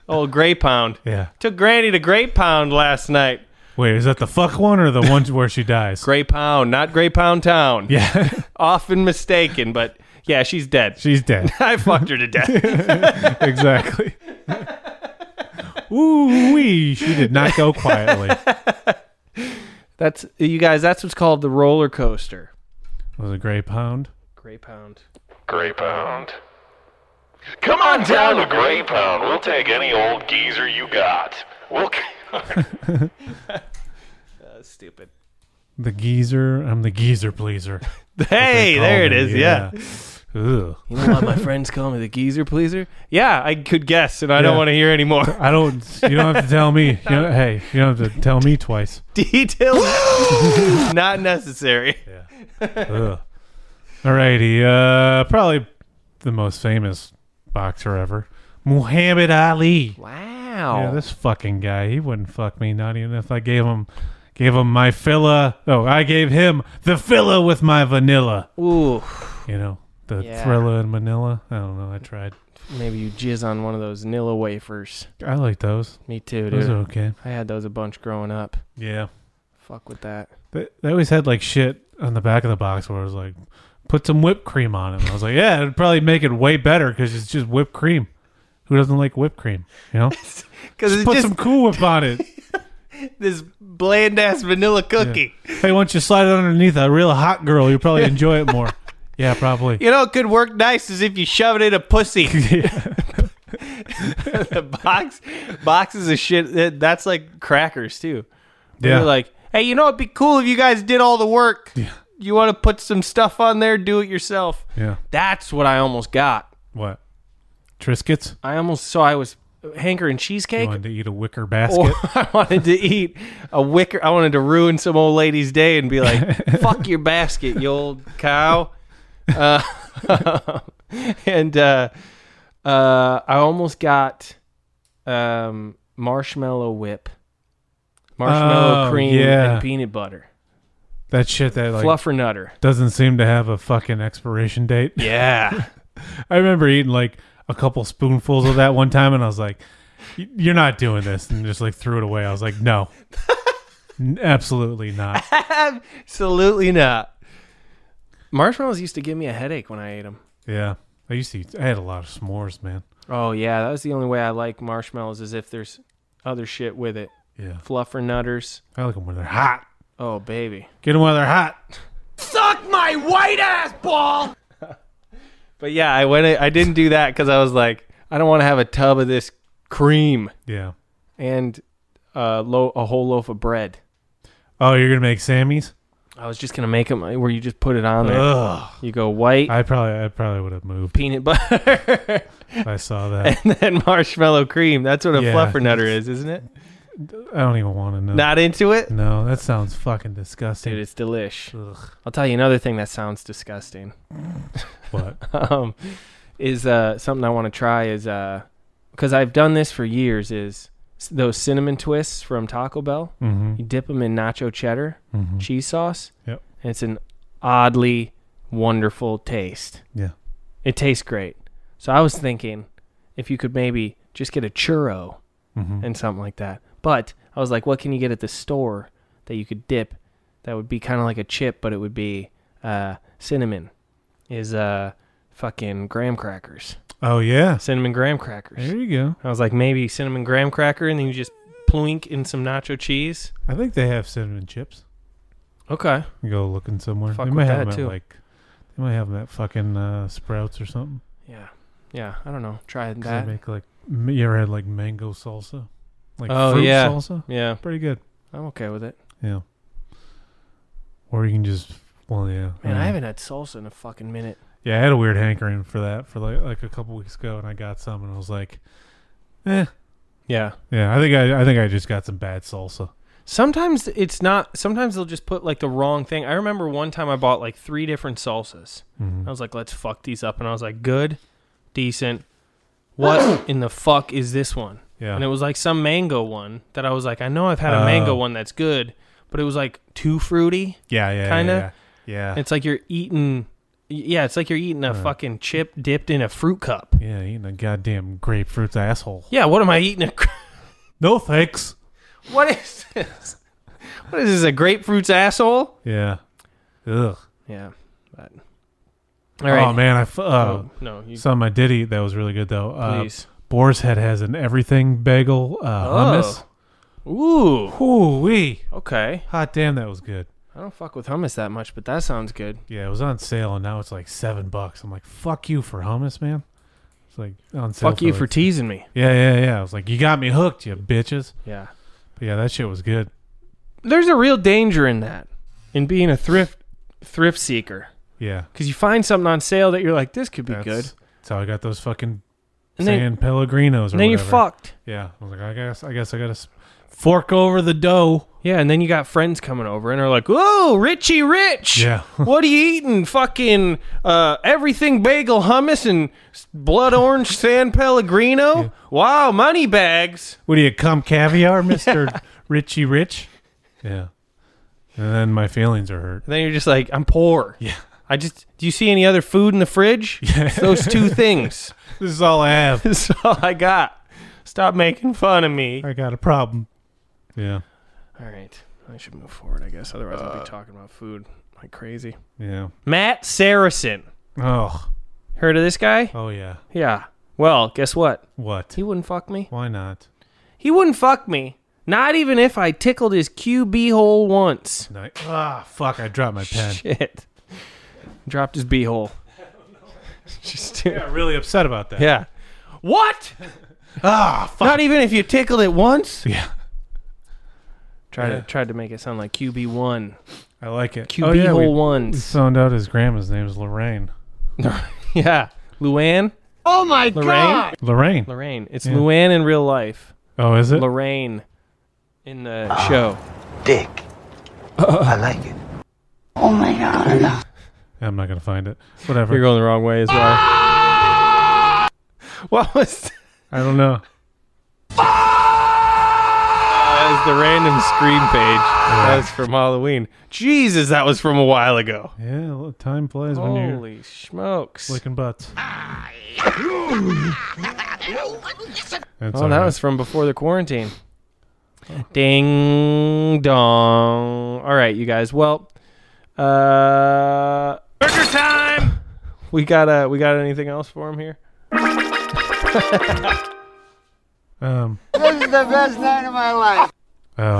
B: Old Oh, Gray Pound.
C: yeah.
B: Took Granny to Gray Pound last night.
C: Wait, is that the fuck one or the one where she dies?
B: Gray Pound, not Gray Pound Town.
C: Yeah,
B: Often mistaken, but yeah, she's dead.
C: she's dead.
B: I fucked her to death.
C: exactly. Ooh wee! She did not go quietly. That
B: That's you guys. That's what's called the roller coaster.
C: was a gray pound.
B: Gray Pound.
I: Grey Pound. Come on down to Grey Pound. We'll take any old geezer you got. We'll.
B: That's stupid.
C: The geezer. I'm the geezer pleaser.
B: Hey,
C: Call
B: there it
C: me,
B: is. Yeah.
C: yeah. Ugh.
B: You know why my friends call me the geezer pleaser? Yeah, I could guess, and I don't
C: Yeah.
B: want to hear anymore.
C: I don't. You don't have to tell me. You know, hey, you don't have to tell me twice.
B: Details not necessary.
C: Ugh. Alrighty, uh, probably the most famous boxer ever, Muhammad Ali.
B: Wow.
C: Yeah, this fucking guy. He wouldn't fuck me, not even if I gave him, gave him my filla. Oh, I gave him the filla with my vanilla.
B: Ooh,
C: You know, the
B: Yeah.
C: thriller in Manila. I don't know. I tried.
B: maybe you jizz on one of those Nilla wafers.
C: I like those.
B: Me too, dude.
C: Those are okay.
B: I had those a bunch growing up.
C: Yeah,
B: Fuck with that.
C: they, they always had like shit on the back of the box where it was like, put some whipped cream on it. And I was like, yeah, it'd probably make it way better because it's just whipped cream. Who doesn't like whipped cream? You know.
B: Because it's
C: Put
B: just
C: some Cool Whip on it.
B: this bland ass vanilla cookie.
C: hey, once you slide it underneath a real hot girl, you'll probably enjoy it more. Yeah, probably.
B: You know, it could work nice as if you shove it in a pussy. the box, boxes of shit. that- That's like crackers too.
C: Yeah.
B: You're like, hey, you know, it'd be cool if you guys did all the work. You want to put some stuff on there? Do it yourself.
C: yeah.
B: That's what I almost got.
C: What? Triscuits?
B: I almost saw I was hankering
C: You
B: cheesecake.
C: wanted to eat a wicker
B: Or
C: basket?
B: I wanted to eat a wicker. I wanted to ruin some old lady's day and be like, "Fuck your basket, you old cow." Uh, and uh, uh, I almost got um, marshmallow whip, marshmallow
C: Oh,
B: cream,
C: yeah.
B: and peanut butter,
C: That shit that like
B: fluffer nutter.
C: doesn't seem to have a fucking expiration date.
B: Yeah,
C: I remember eating like a couple spoonfuls of that one time, and I was like, "Y- "You're not doing this," and just like threw it away. I was like, "No, N- absolutely not."
B: absolutely not. Marshmallows used to give me a headache when I ate them.
C: Yeah, I used to. Eat, I had a lot of s'mores, man.
B: Oh yeah, that was the only way I like marshmallows is if there's other shit with it.
C: Yeah,
B: Fluffer nutters.
C: I like them when they're hot.
B: Oh baby.
C: Get them while they're hot.
B: But yeah, I went. I didn't do that because I was like, I don't want to have a tub of this cream
C: Yeah.
B: and a, lo- a whole loaf of bread.
C: Oh, you're gonna make Sammy's?
B: I was just gonna make them where you just put it on there.
C: Ugh.
B: You go white
C: I probably I probably would have moved.
B: peanut butter
C: if I saw that.
B: and then marshmallow cream. That's what a
C: Yeah.
B: fluffernutter is, isn't it?
C: I don't even want to know.
B: Not into it.
C: no, that sounds fucking disgusting.
B: Dude, it's delish.
C: Ugh.
B: I'll tell you another thing that sounds disgusting.
C: What?
B: um, is uh, something I want to try is because I've done this for years. Is s- those cinnamon twists from Taco Bell?
C: Mm-hmm.
B: You dip them in nacho cheddar cheese sauce.
C: Yep.
B: and it's an oddly wonderful taste.
C: Yeah.
B: It tastes great. So I was thinking if you could maybe just get a churro
C: Mhm.
B: and something like that. But I was like, what can you get at the store that you could dip that would be kind of like a chip, but it would be uh, cinnamon? Is uh, fucking graham crackers.
C: Oh yeah.
B: Cinnamon graham crackers.
C: There you go.
B: I was like, maybe cinnamon graham cracker, and then you just plunk in some nacho cheese.
C: I think they have cinnamon chips.
B: Okay.
C: You go looking somewhere.
B: Fuck
C: they
B: with
C: might have
B: that,
C: them at,
B: too.
C: like they might have them at fucking uh, Sprouts or something.
B: Yeah. Yeah. I don't know. Try
C: 'Cause they
B: that.
C: make like m- you ever had like mango salsa, like
B: Oh,
C: fruit
B: yeah.
C: salsa.
B: Yeah.
C: Pretty good.
B: I'm okay with it.
C: Yeah. Or you can just well yeah.
B: Man,
C: yeah.
B: I haven't had salsa in a fucking minute.
C: Yeah, I had a weird hankering for that for like like a couple weeks ago, and I got some, and I was like, eh.
B: Yeah.
C: Yeah, I think I I think I just got some bad salsa.
B: Sometimes it's not. Sometimes they'll just put like the wrong thing. I remember one time I bought like three different salsas.
C: Mm-hmm.
B: I was like, let's fuck these up. And I was like, good, decent. What in the fuck is this one?
C: Yeah.
B: And it was like some mango one that I was like, I know I've had a mango
C: Oh.
B: one that's good, but it was like too fruity.
C: Yeah, yeah,
B: Kinda.
C: Yeah, yeah. yeah.
B: It's like you're eating. Yeah, it's like you're eating a fucking chip dipped in a fruit cup.
C: Yeah, eating a goddamn grapefruit's asshole.
B: Yeah, what am I eating? A,
C: No thanks.
B: what is this? What is this? A grapefruit's asshole?
C: Yeah. Ugh.
B: Yeah, but all right.
C: Oh man, I f- uh,
B: Oh, no, you
C: something I did eat that was really good though. Uh,
B: please. Oh.
C: Boar's Head has an everything bagel uh, hummus.
B: Ooh.
C: Ooh wee!
B: Okay.
C: Hot damn, that was good.
B: I don't fuck with hummus that much, but that sounds good.
C: Yeah, it was on sale and now it's like seven bucks. I'm like, fuck you for hummus, man. It's like on sale.
B: Fuck you for
C: like-
B: teasing me.
C: Yeah, yeah, yeah. I was like, you got me hooked, you bitches.
B: Yeah.
C: But yeah, that shit was good.
B: There's a real danger in that, in being a thrift thrift seeker,
C: Yeah,
B: because you find something on sale that you're like, this could be
C: that's,
B: good,
C: That's how I got those fucking
B: and then,
C: San Pellegrinos. Or
B: and then you're
C: whatever.
B: fucked.
C: Yeah, I was like, I guess, I guess I gotta s- fork over the dough.
B: Yeah, and then you got friends coming over and are like, "Whoa, Richie Rich!
C: Yeah.
B: what are you eating? Fucking uh, everything bagel hummus and s- blood orange San Pellegrino. Wow, money bags.
C: What do you come caviar, Mister Richie Rich? Yeah, and then my feelings are hurt.
B: And then you're just like, I'm poor.
C: Yeah.
B: I just, do you see any other food in the fridge? It's Those two things.
C: This is all I have.
B: That's all I got. Stop making fun of me.
C: I got a problem. Yeah,
B: All right. I should move forward, I guess. Otherwise, I'll be talking about food like crazy.
C: yeah.
B: Uh, Matt Saracen.
C: Oh,
B: Heard of this guy?
C: oh yeah.
B: Yeah. Well, guess what?
C: What?
B: He wouldn't fuck me.
C: Why not?
B: He wouldn't fuck me. Not even if I tickled his QB hole once.
C: No, I- Ah, fuck! I dropped my pen.
B: Shit. Dropped his b hole. Just
C: I got really upset about that.
B: yeah. What?
C: Ah, fuck.
B: Not even if you tickled it once.
C: Yeah.
B: Tried
C: Yeah.
B: to tried to make it sound like QB one,
C: I like it.
B: QB
C: Oh, yeah,
B: hole
C: we- we
B: ones.
C: found out his grandma's name is Lorraine.
B: Yeah, Luann. Oh my Lorraine? god,
C: Lorraine.
B: Lorraine. It's
C: Yeah.
B: Luann in real life.
C: Oh, is it?
B: Lorraine in the show.
D: Dick. I like it.
F: Oh my god.
C: I'm not gonna find it. Whatever.
B: You're going the wrong way as well. what was
C: I don't know.
B: that? The random screen page. That was from Halloween. Jesus, that was from a while ago.
C: Yeah, well, time flies when you're
B: Holy smokes!
C: licking butts. That's
B: Oh, that was from before the quarantine. Ding dong. All right, you guys. Well, uh, burger time. We got uh, we got anything else for him here?
C: Um, oh, I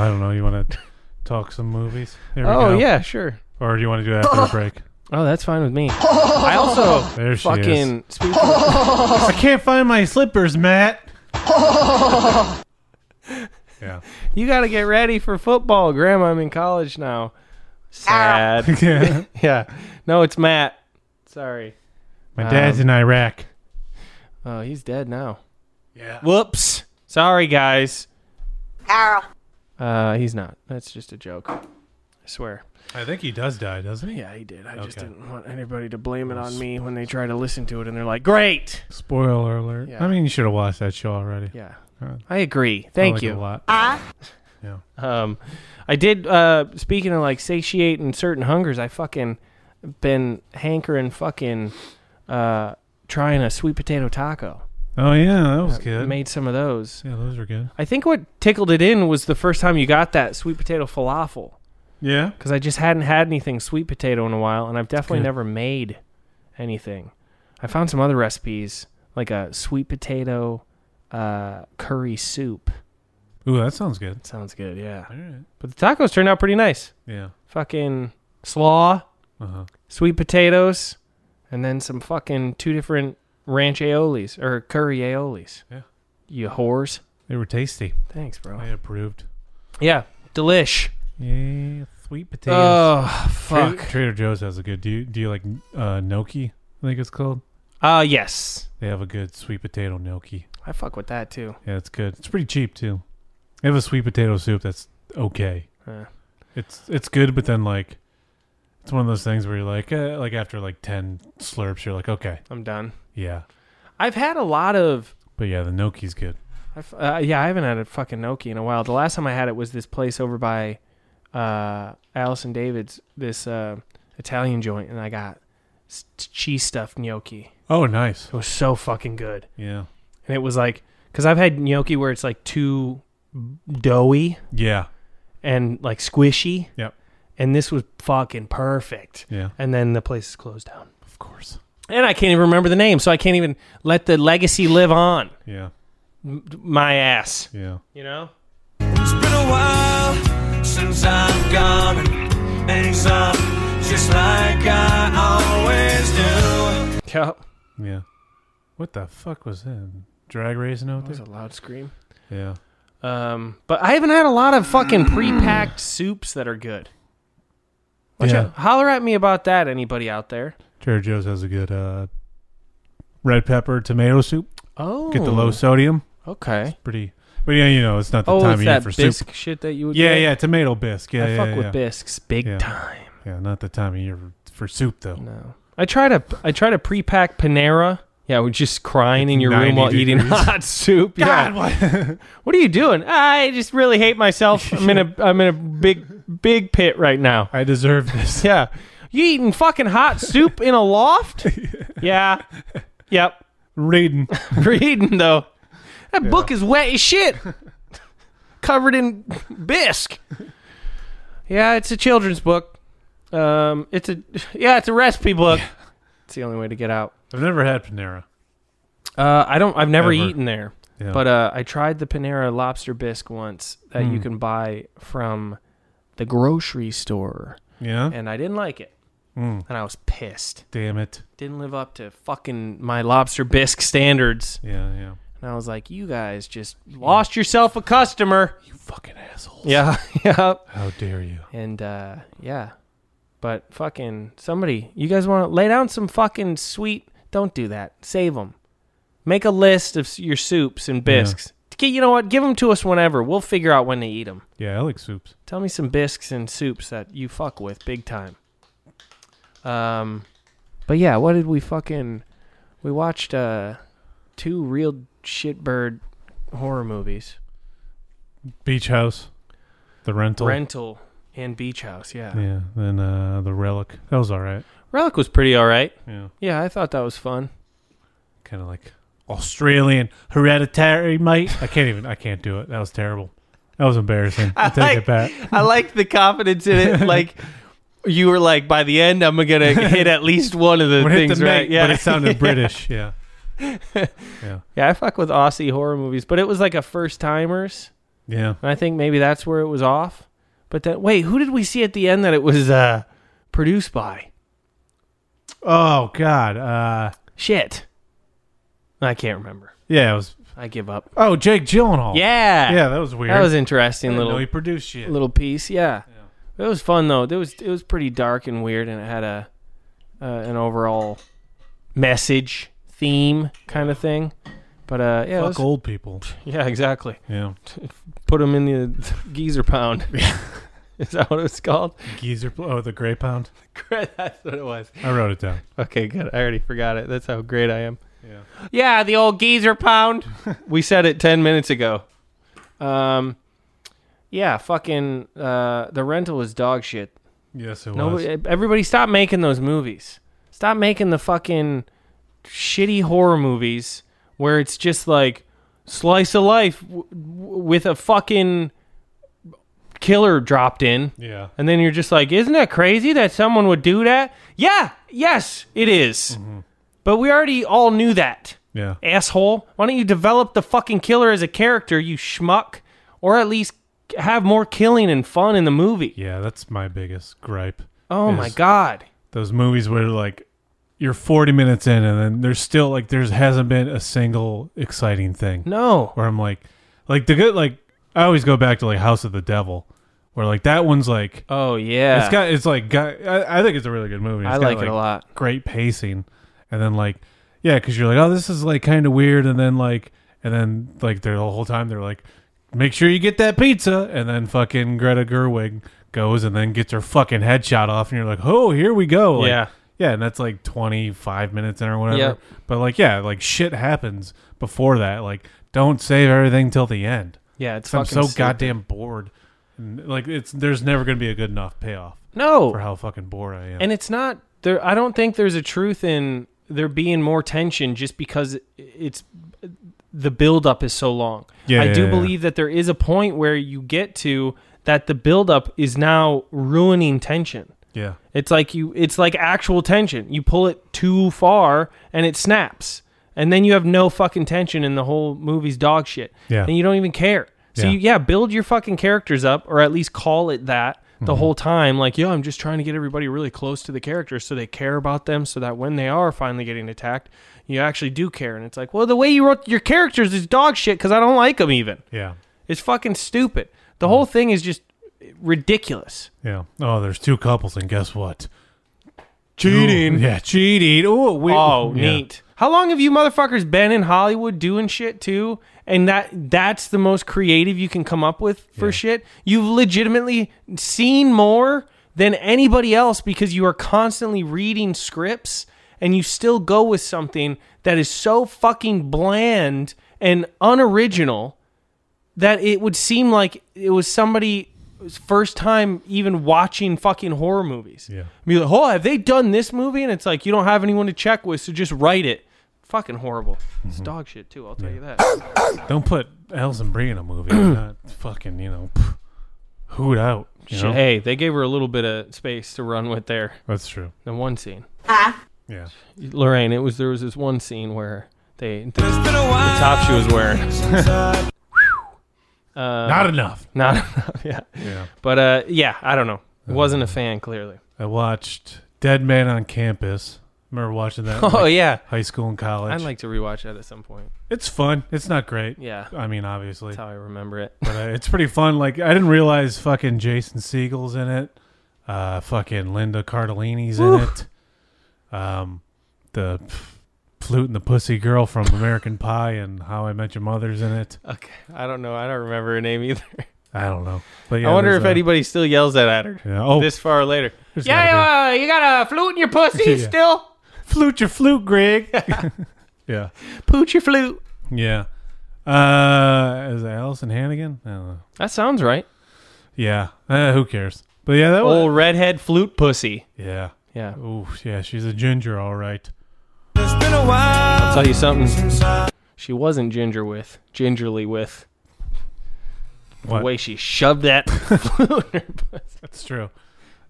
C: don't know. You want to talk some movies? Here we
B: Oh
C: go.
B: yeah, sure.
C: Or do you want to do it after a break?
B: Oh, that's fine with me. I also
C: There she is.
B: fucking speaking of,
C: I can't find my slippers, Matt. yeah.
B: you got to get ready for football, Grandma. I'm in college now. Sad.
C: yeah.
B: yeah. No, it's Matt. Sorry.
C: My dad's
B: Um,
C: in Iraq.
B: Oh, he's dead now.
C: Yeah.
B: Whoops. Sorry, guys. Uh, he's not. That's just a joke. I swear.
C: I think he does die, doesn't he?
B: Yeah, he did. I just
C: Okay.
B: didn't want anybody to blame it on me when they try to listen to it and they're like, great.
C: Spoiler alert.
B: Yeah.
C: I mean, you should have watched that show already.
B: Yeah.
C: Uh,
B: I agree. Thank
C: I like it
B: you.
C: A lot.
B: Um, I did. Uh, speaking of like satiating certain hungers, I fucking been hankering fucking uh, trying a sweet potato taco. Uh,
C: Oh yeah, that was good.
B: Made some of those.
C: yeah, those were good.
B: I think what tickled it in was the first time you got that sweet potato falafel
C: Yeah.
B: because I just hadn't had anything sweet potato in a while, and I've definitely
C: good.
B: never made anything. I found some other recipes like a sweet potato uh, curry soup.
C: Ooh, that sounds good.
B: Sounds good, yeah.
C: All right.
B: But the tacos turned out pretty nice.
C: Yeah.
B: Fucking slaw.
C: Uh huh.
B: sweet potatoes, and then some fucking two different ranch aiolis or curry aiolis.
C: Yeah.
B: You whores.
C: They were tasty.
B: Thanks, bro.
C: I approved.
B: Yeah. Delish.
C: Yeah, sweet potatoes.
B: Oh,
C: Trader,
B: fuck.
C: Trader Joe's has a good. Do you do you like uh, gnocchi? I think it's called.
B: Uh, yes.
C: They have a good sweet potato gnocchi.
B: I fuck with that too.
C: Yeah, it's good. It's pretty cheap too. They have a sweet potato soup that's okay.
B: Uh.
C: It's it's good, but then like, it's one of those things where you're like, uh, like after like ten slurps, you're like, okay,
B: I'm done.
C: yeah,
B: I've had a lot of.
C: but yeah, the gnocchi's good.
B: I've, uh, yeah, I haven't had a fucking gnocchi in a while. The last time I had it was this place over by uh, Allison David's, this uh, Italian joint, and I got s- cheese stuffed gnocchi.
C: Oh, nice.
B: It was so fucking good.
C: Yeah,
B: and it was like because I've had gnocchi where it's like too doughy
C: yeah,
B: and like squishy,
C: yep,
B: and this was fucking perfect.
C: yeah.
B: And then the place is closed down,
C: Of course.
B: and I can't even remember the name, so I can't even let the legacy live on.
C: Yeah,
B: M- My ass,
C: yeah.
B: you know. It's been a while since I've gone, and just like I always do.
C: Yeah. What the fuck was that? Drag racing out
B: That was
C: there?
B: a loud scream.
C: Yeah.
B: Um, but I haven't had a lot of fucking pre-packed soups that are good. Which
C: yeah.
B: holler at me about that, anybody out there?
C: Trader Joe's has a good uh, red pepper tomato soup.
B: Oh,
C: Get the low sodium.
B: Okay.
C: Pretty. But yeah, you know, it's not the
B: Oh,
C: time
B: it's
C: of year
B: that
C: for
B: bisque
C: soup.
B: shit that you would.
C: Yeah,
B: get?
C: yeah, tomato bisque. Yeah,
B: I
C: yeah,
B: fuck
C: yeah,
B: with bisques big
C: Yeah.
B: time.
C: Yeah, not the time of year for soup though.
B: No, I try to I try to pre-pack Panera. Yeah, we're just crying in your room
C: 90
B: while eating
C: degrees.
B: hot soup.
C: God,
B: yeah.
C: what?
B: what are you doing? I just really hate myself. I'm in a I'm in a big big pit right now.
C: I deserve this.
B: Yeah, you eating fucking hot soup in a loft? yeah. Yep.
C: Reading.
B: reading though. That book is wet as shit, covered in bisque. Yeah, it's a children's book. Um, it's a yeah, it's a recipe book. It's the only way to get out.
C: I've never had Panera.
B: Uh, I don't. I've never
C: Ever.
B: eaten there,
C: Yeah.
B: but uh, I tried the Panera lobster bisque once that you can buy from the grocery store,
C: yeah.
B: and I didn't like it,
C: Mm.
B: and I was pissed.
C: Damn it.
B: Didn't live up to fucking my lobster bisque standards.
C: Yeah, yeah.
B: And I was like, you guys just lost yourself a customer.
C: You fucking asshole.
B: Yeah, yeah.
C: How dare you?
B: And uh, yeah. But fucking somebody, you guys want to lay down some fucking sweet. Don't do that. Save them. Make a list of s- your soups and bisques. G- You know what? Give them to us whenever. We'll figure out when to eat them.
C: Yeah, I like soups.
B: Tell me some bisques and soups that you fuck with big time. Um, but yeah, what did we fucking? We watched uh, two real shitbird horror movies.
C: Beach house. The rental.
B: rental and beach house yeah.
C: Oh. Yeah. Then uh the relic. That was all right.
B: relic was pretty all right
C: Yeah.
B: yeah i thought that was fun
C: Kind of like Australian hereditary, mate. I can't even. I can't do it. That was terrible. That was embarrassing. I, take it back.
B: i like the confidence in it like you were like by the end i'm gonna hit at least one of the
C: Would hit
B: things
C: the
B: right
C: mate,
B: yeah
C: but it sounded British. Yeah.
B: yeah i fuck with aussie horror movies but it was like a first timers
C: Yeah.
B: and i think maybe that's where it was off but then wait who did we see at the end that it was uh produced by
C: Oh God. Uh.
B: shit i can't remember
C: Yeah. It was.
B: i give up
C: Oh, Jake Gyllenhaal.
B: yeah
C: Yeah. That was weird.
B: that was interesting
C: I didn't
B: little
C: know he produced shit.
B: little piece. Yeah. It was fun though. It was it was pretty dark and weird, and it had a uh, an overall message theme kind of thing. But uh, yeah, it
C: Fuck
B: was-
C: old people.
B: yeah, exactly.
C: Yeah.
B: Put them in the geezer pound. Is that what it was called?
C: Geezer. Oh, the Grey Pound.
B: That's what it was.
C: I wrote it down.
B: Okay, good. I already forgot it. That's how great I am.
C: Yeah.
B: Yeah, the old geezer pound. we said it 10 minutes ago. Um, yeah, fucking uh, the rental was dog shit.
C: Yes, it
B: No,
C: was.
B: Oh, everybody stop making those movies. Stop making the fucking shitty horror movies where it's just like slice of life w- w- with a fucking killer dropped in.
C: yeah.
B: And then you're just like, isn't that crazy that someone would do that? Yeah, yes, it is. But we already all knew that,
C: Yeah.
B: asshole. Why don't you develop the fucking killer as a character, you schmuck? Or at least have more killing and fun in the movie.
C: Yeah. That's my biggest gripe.
B: Oh
C: is
B: my God.
C: Those movies where like you're 40 minutes in and then there's still like there's hasn't been a single exciting thing.
B: No.
C: where I'm like, like the good, like I always go back to like House of the Devil, where like that one's like
B: Oh, yeah.
C: it's got it's like got, I, I think it's a really good movie. It's
B: I
C: got,
B: like it a lot.
C: Great pacing, and then like yeah, because you're like oh this is like kind of weird, and then like and then like they're the whole time they're like make sure you get that pizza, and then fucking Greta Gerwig goes and then gets her fucking head shot off, and you're like oh here we go Like,
B: Yeah.
C: yeah, and that's like 25 minutes in or whatever.
B: Yep.
C: But like, yeah, like shit happens before that. Like, don't save everything till the end.
B: yeah, it's
C: 'Cause I'm
B: fucking
C: so
B: stupid.
C: goddamn bored. And, like, it's there's never gonna be a good enough payoff
B: No.
C: for how fucking bored I am.
B: and it's not there i don't think there's a truth in there being more tension just because it's the buildup is so long
C: Yeah,
B: i
C: yeah,
B: do
C: yeah.
B: believe that there is a point where you get to that the buildup is now ruining tension
C: yeah,
B: it's like you it's like actual tension you pull it too far and it snaps and then you have no fucking tension and the whole movie's dog shit
C: Yeah.
B: and you don't even care so
C: Yeah.
B: you, yeah build your fucking characters up or at least call it that the
C: Mm-hmm.
B: whole time like yo i'm just trying to get everybody really close to the characters so they care about them so that when they are finally getting attacked you actually do care and it's like well the way you wrote your characters is dog shit because i don't like them even
C: yeah,
B: it's fucking stupid the
C: Mm.
B: whole thing is just ridiculous
C: yeah. Oh, there's two couples, and guess what? Cheating. yeah, cheating. Ooh, we,
B: Oh,
C: yeah.
B: neat. How long have you motherfuckers been in Hollywood doing shit too? And that that's the most creative you can come up with for shit. You've legitimately seen more than anybody else because you are constantly reading scripts and you still go with something that is so fucking bland and unoriginal that it would seem like it was somebody's first time even watching fucking horror movies.
C: Yeah.
B: Be like, oh, have they done this movie? And it's like you don't have anyone to check with, so just write it. Fucking horrible. It's
C: Mm-hmm.
B: dog shit too. I'll tell you that.
C: Don't put Alison Brie in a movie. and not fucking, you know, hoot out. You
B: Shit,
C: know?
B: Hey, they gave her a little bit of space to run with there.
C: That's true.
B: The one scene,
C: Yeah.
B: Lorraine. It was there was this one scene where they the, the top she was wearing. Uh,
C: Not enough.
B: Not enough. Yeah.
C: Yeah.
B: But uh, yeah, I don't know.
C: Uh-huh.
B: Wasn't a fan clearly.
C: I watched Dead Man on Campus. Remember watching that? in,
B: Oh
C: like,
B: yeah,
C: High school and college.
B: I'd like to rewatch that at some point.
C: it's fun. It's not great.
B: Yeah,
C: I mean, obviously,
B: that's how I remember it.
C: but uh, it's pretty fun. Like I didn't realize fucking Jason Siegel's in it. Uh, fucking Linda Cardellini's in it. Um, the f- flute and the pussy girl from American Pie and How I Met Your Mother's in it.
B: Okay, I don't know. I don't remember her name either.
C: I don't know, but yeah,
B: I wonder
C: there's
B: if
C: a-
B: anybody still yells that at her
C: Yeah. Oh,
B: this far later.
C: there's gotta
B: Yeah, uh, you got a flute in your pussy
C: Yeah.
B: still?
C: be- flute your flute, Greg. yeah.
B: Pooch your flute.
C: Yeah. Uh, is it Allison Hannigan? I don't know.
B: That sounds right.
C: Yeah. Uh, who cares? But yeah, that was.
B: Old redhead flute pussy.
C: Yeah.
B: Yeah,
C: Ooh, yeah. She's a ginger, all right.
B: I'll tell you something. She wasn't ginger with, gingerly with.
C: What?
B: The way she shoved that flute in her pussy.
C: That's true.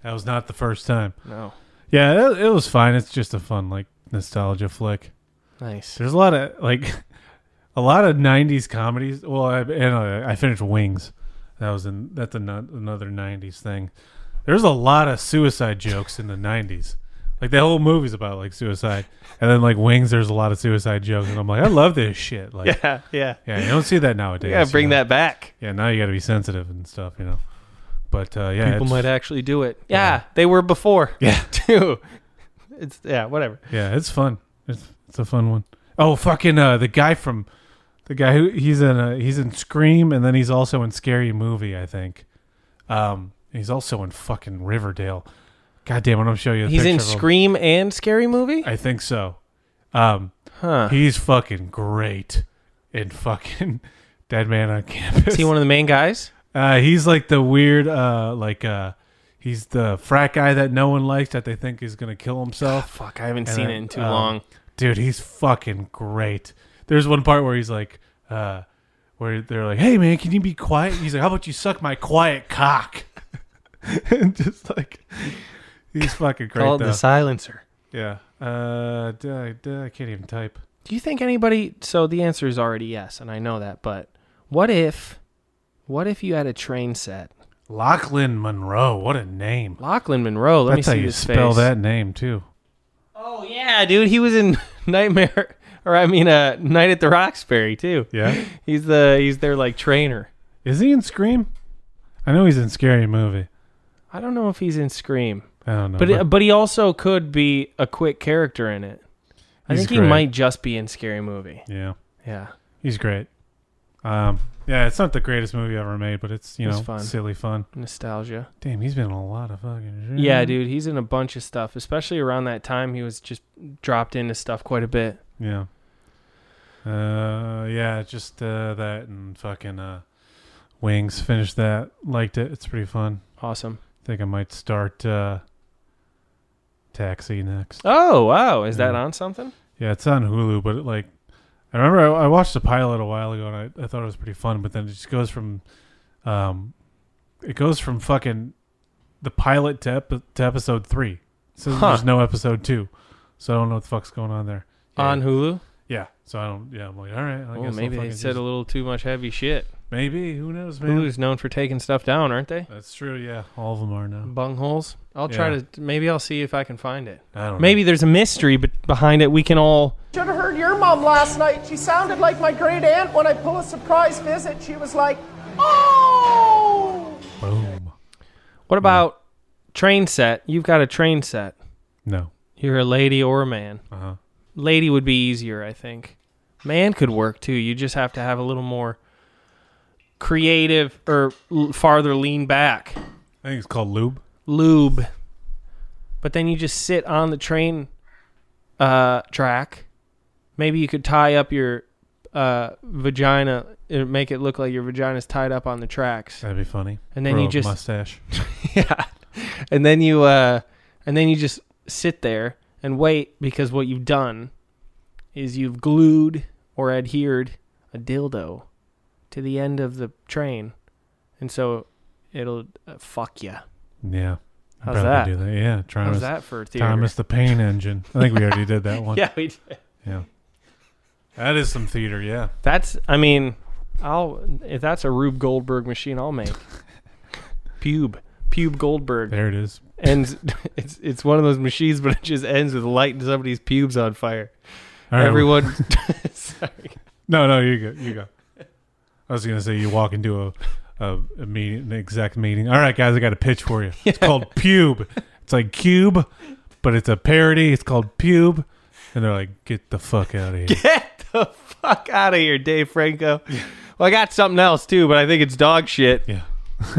C: That was not the first time.
B: No.
C: Yeah, it, it was fine. It's just a fun like nostalgia flick.
B: Nice.
C: There's a lot of like, a lot of '90s comedies. Well, I, and uh, I finished Wings. That was in that's ano- another '90s thing. There's a lot of suicide jokes in the '90s. Like the whole movie's about like suicide, and then like Wings, there's a lot of suicide jokes, and I'm like, I love this shit. Like, yeah,
B: Yeah, yeah.
C: you don't see that nowadays.
B: Yeah,
C: you
B: bring
C: know?
B: that back.
C: Yeah, now you got to be sensitive and stuff, you know. But uh, yeah,
B: People
C: it's-
B: might actually do it. Yeah, they were before.
C: Yeah.
B: too. It's yeah, whatever.
C: Yeah, it's fun. It's it's a fun one. Oh, fucking uh, the guy from the guy who he's in uh, he's in Scream and then he's also in Scary Movie, I think. Um, he's also in fucking Riverdale. God damn, it, I'm gonna show you. a
B: He's in
C: picture of him.
B: Scream and Scary Movie.
C: I think so. Um,
B: Huh?
C: he's fucking great in fucking Dead Man on Campus.
B: Is he one of the main guys?
C: Uh, he's like the weird, uh, like uh, he's the frat guy that no one likes that they think is gonna kill himself.
B: Fuck, I haven't
C: And
B: seen
C: then,
B: it in too
C: um,
B: long.
C: Dude, he's fucking great. There's one part where he's like, uh, where they're like, "Hey man, can you be quiet?" And he's like, "How about you suck my quiet cock?" and just like, he's fucking great.
J: Called
C: though.
J: the silencer.
C: yeah. Uh, d- I d- I can't even type.
B: Do you think anybody? So the answer is already yes, and I know that. But what if, what if you had a train set?
C: Lachlan Monroe. What a name.
B: Lachlan Monroe. Let
C: That's
B: me
C: how
B: see
C: you
B: this
C: spell
B: face.
C: that name too.
B: Oh yeah, dude, he was in Nightmare, or I mean, uh, Night at the Roxbury too.
C: Yeah.
B: He's the he's their like trainer.
C: Is he in Scream? I know he's in Scary Movie.
B: I don't know if he's in Scream,
C: I don't know.
B: but uh, it, but he also could be a quick character in it. I
C: He's
B: think he
C: great.
B: might just be in Scary Movie.
C: yeah,
B: Yeah.
C: he's great. Um, yeah, it's not the greatest movie ever made, but it's you
B: It's
C: know
B: fun.
C: silly fun.
B: Nostalgia.
C: Damn, he's been in a lot of fucking. shit.
B: Yeah, dude, he's in a bunch of stuff, especially around that time he was just dropped into stuff quite a bit.
C: Yeah. Uh, yeah, just uh, that and fucking uh, Wings. Finished that. Liked it. It's pretty fun.
B: Awesome.
C: Think I might start uh, Taxi next.
B: Oh, wow. Is that
C: Yeah.
B: on something?
C: Yeah, it's on Hulu, but it, like, I remember I, I watched the pilot a while ago, and I, I thought it was pretty fun. But then it just goes from, um, it goes from fucking the pilot to, epi- to episode three. So
B: Huh.
C: there's no episode two, so I don't know what the fuck's going on there. Yeah.
B: On Hulu?
C: Yeah, so I don't. Yeah, I'm like, all right. I
B: Well,
C: guess I'll
B: maybe they
C: fucking
B: said
C: just-
B: a little too much heavy shit.
C: Maybe who knows, man.
B: Hulu's known for taking stuff down, aren't they?
C: That's true. Yeah, all of them are now.
B: Bungholes. I'll try
C: Yeah.
B: to. Maybe I'll see if I can find it.
C: I don't. know.
B: Maybe there's a mystery but behind it. We can all.
G: Should have heard your mom last night. She sounded like my great aunt when I pull a surprise visit. She was like, "Oh."
C: Boom.
B: What about train set? You've got a train set.
C: No.
B: You're a lady or a man.
C: Uh huh.
B: Lady would be easier, I think. Man could work too. You just have to have a little more creative or l- farther lean back.
C: I think it's called lube.
B: lube. But then you just sit on the train uh, track. Maybe you could tie up your uh, vagina, it make it look like your vagina's tied up on the tracks,
C: That'd be funny.
B: and then
C: Grow
B: you
C: a
B: just
C: mustache.
B: yeah, and then you uh, and then you just sit there and wait because what you've done is you've glued or adhered a dildo to the end of the train, and so it'll uh, fuck you.
C: Yeah. I'd
B: How's
C: probably
B: that?
C: Do that. Yeah. Travis.
B: How's that for a theater?
C: Thomas the Pain Engine. I think we already did that one.
B: Yeah, we did.
C: Yeah. That is some theater, yeah.
B: That's I mean, I'll if that's a Rube Goldberg machine, I'll make pube pube Goldberg
C: There it is.
B: ends. It's it's one of those machines, but it just ends with lighting somebody's pubes on fire.
C: All right,
B: Everyone, sorry.
C: No, no, you go. You go. I was gonna say you walk into a a, a meeting, an exec meeting. All right, guys, I got a pitch for you. It's called Pube. It's like Cube, but it's a parody. It's called Pube, and they're like, "Get the fuck out of here."
B: Get the fuck out of here, Dave Franco. Well, I got something else too, but I think it's dog shit.
C: yeah.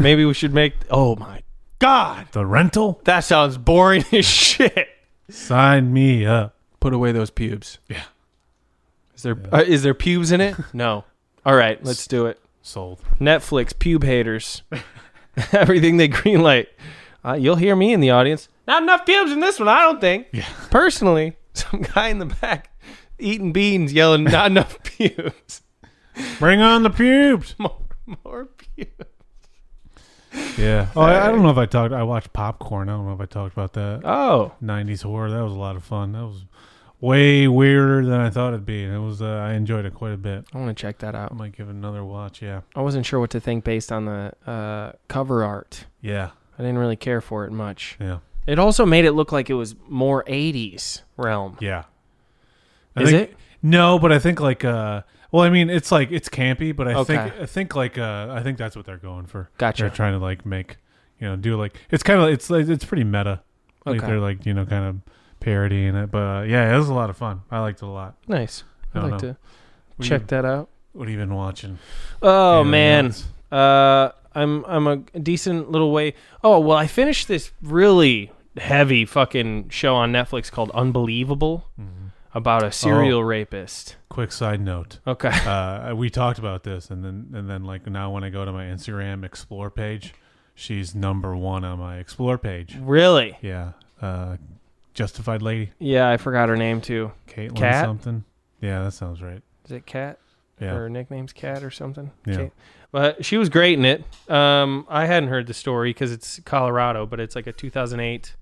B: Maybe we should make. Oh my god,
C: The rental.
B: that sounds boring as shit.
C: Sign me up.
B: Put away those pubes.
C: Yeah.
B: Is there uh, is there pubes in it? No. All right, let's do it.
C: Sold.
B: Netflix pube haters. Everything they greenlight. Uh, you'll hear me in the audience. Not enough pubes in this one, I don't think.
C: Yeah.
B: Personally, some guy in the back eating beans yelling, "Not enough pubes,
C: Bring on the pubes.
B: more, more pubes."
C: Yeah. Oh, I, I don't know if I talked. I watched Popcorn. I don't know if I talked about that.
B: Oh,
C: 90s horror. That was a lot of fun. That was way weirder than I thought it'd be. And it was uh, I enjoyed it quite a bit.
B: I want to check that
C: I
B: out.
C: might give it another watch. Yeah.
B: I wasn't sure what to think based on the uh, cover art.
C: Yeah.
B: I didn't really care for it much.
C: Yeah.
B: It also made it look like it was more '80s realm.
C: Yeah.
B: Is
C: think,
B: it?
C: No, but I think like uh well, I mean, it's like it's campy, but I
B: Okay.
C: think I think like uh I think that's what they're going for.
B: Gotcha.
C: They're trying to like make you know, do like it's kind of it's like it's pretty meta. Like
B: Okay.
C: they're like you know kind of parodying it, but uh, yeah, it was a lot of fun. I liked it a lot.
B: Nice.
C: I
B: I'd
C: don't
B: like
C: know.
B: to check that out.
C: What have you been watching?
B: Oh
C: Anything
B: man,
C: else?
B: uh, I'm I'm a decent little way. Oh well, I finished this really heavy fucking show on Netflix called Unbelievable
C: Mm-hmm.
B: about a serial
C: Oh.
B: rapist.
C: Quick side note.
B: Okay.
C: uh, we talked about this, and then and then like now when I go to my Instagram explore page, she's number one on my explore page.
B: Really?
C: Yeah, uh, Justified Lady,
B: Yeah, I forgot her name too.
C: Caitlin
B: Cat?
C: something. Yeah, that sounds right.
B: Is it Cat?
C: Yeah,
B: Her nickname's Cat or something.
C: Yeah.
B: Cat. But she was great in it. Um, I hadn't heard the story because it's Colorado, but it's like a 2008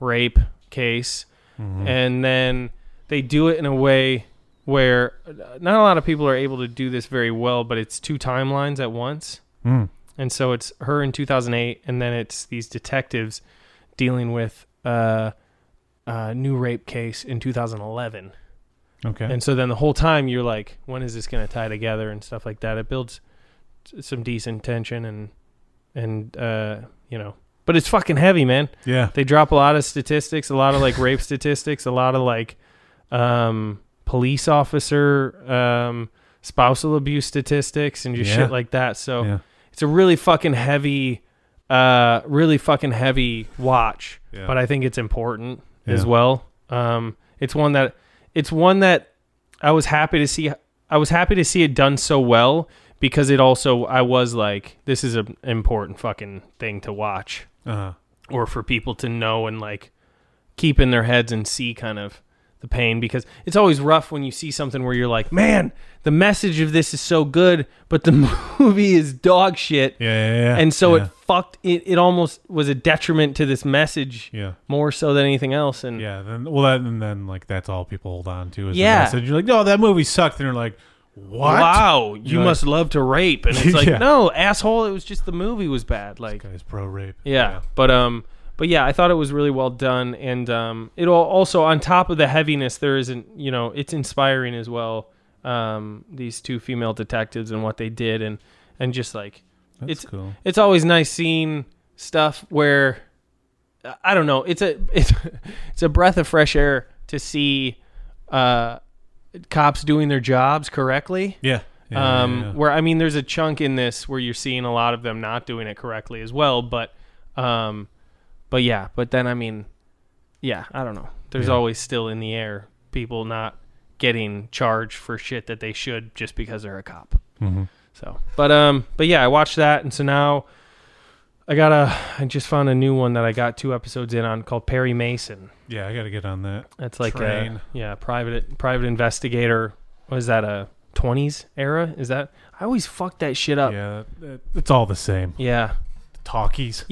B: rape case.
C: Mm-hmm.
B: And then they do it in a way where uh, not a lot of people are able to do this very well, but it's two timelines at once.
C: Mm.
B: And so it's her in 2008, and then it's these detectives dealing with uh, a new rape case in 2011.
C: okay.
B: And so then the whole time you're like, when is this going to tie together and stuff like that. It builds s- some decent tension and and uh, you know, but it's fucking heavy, man.
C: yeah,
B: They drop a lot of statistics, a lot of like rape statistics, a lot of like um, police officer um, spousal abuse statistics and just
C: Yeah.
B: shit like that. So
C: yeah,
B: it's a really fucking heavy uh really fucking heavy watch
C: Yeah.
B: but i think it's important as
C: Yeah.
B: well um it's one that it's one that i was happy to see i was happy to see it done so well because it also i was like this is an important fucking thing to watch
C: uh-huh.
B: or for people to know and like keep in their heads and see kind of the pain because it's always rough when you see something where you're like man the message of this is so good but the movie is dog shit
C: yeah, yeah, yeah.
B: and so
C: yeah.
B: it fucked it, it almost was a detriment to this message
C: Yeah.
B: more so than anything else and
C: Yeah, then well, that, and then like that's all people hold on to is
B: Yeah.
C: yeah. the message. You're like, no, that movie sucked, and they're like, what?
B: wow you
C: You're like-
B: must love to rape and it's like
C: Yeah.
B: no asshole it was just the movie was bad like
C: Guys, pro rape.
B: yeah. but um but yeah i thought it was really well done and um it'll also on top of the heaviness there isn't you know it's inspiring as well um these two female detectives and what they did and and just like
C: that's
B: it's
C: cool.
B: it's always nice seeing stuff where I don't know. It's a it's it's a breath of fresh air to see uh, cops doing their jobs correctly.
C: Yeah. yeah,
B: Um,
C: yeah, yeah.
B: Where I mean, there's a chunk in this where you're seeing a lot of them not doing it correctly as well. But um, but yeah. But then I mean, yeah. I don't know. There's always still in the air people not getting charged for shit that they should just because they're a cop.
C: Mm-hmm.
B: So, but um, but yeah, I watched that, and so now I got a. I just found a new one that I got two episodes in on called Perry Mason.
C: yeah, I got to get on that.
B: That's like
C: Train.
B: a yeah private private investigator. Was that a 20s era? Is that I always fuck that shit up. Yeah,
C: Yeah, that- it's all the same.
B: yeah,
C: Talkies.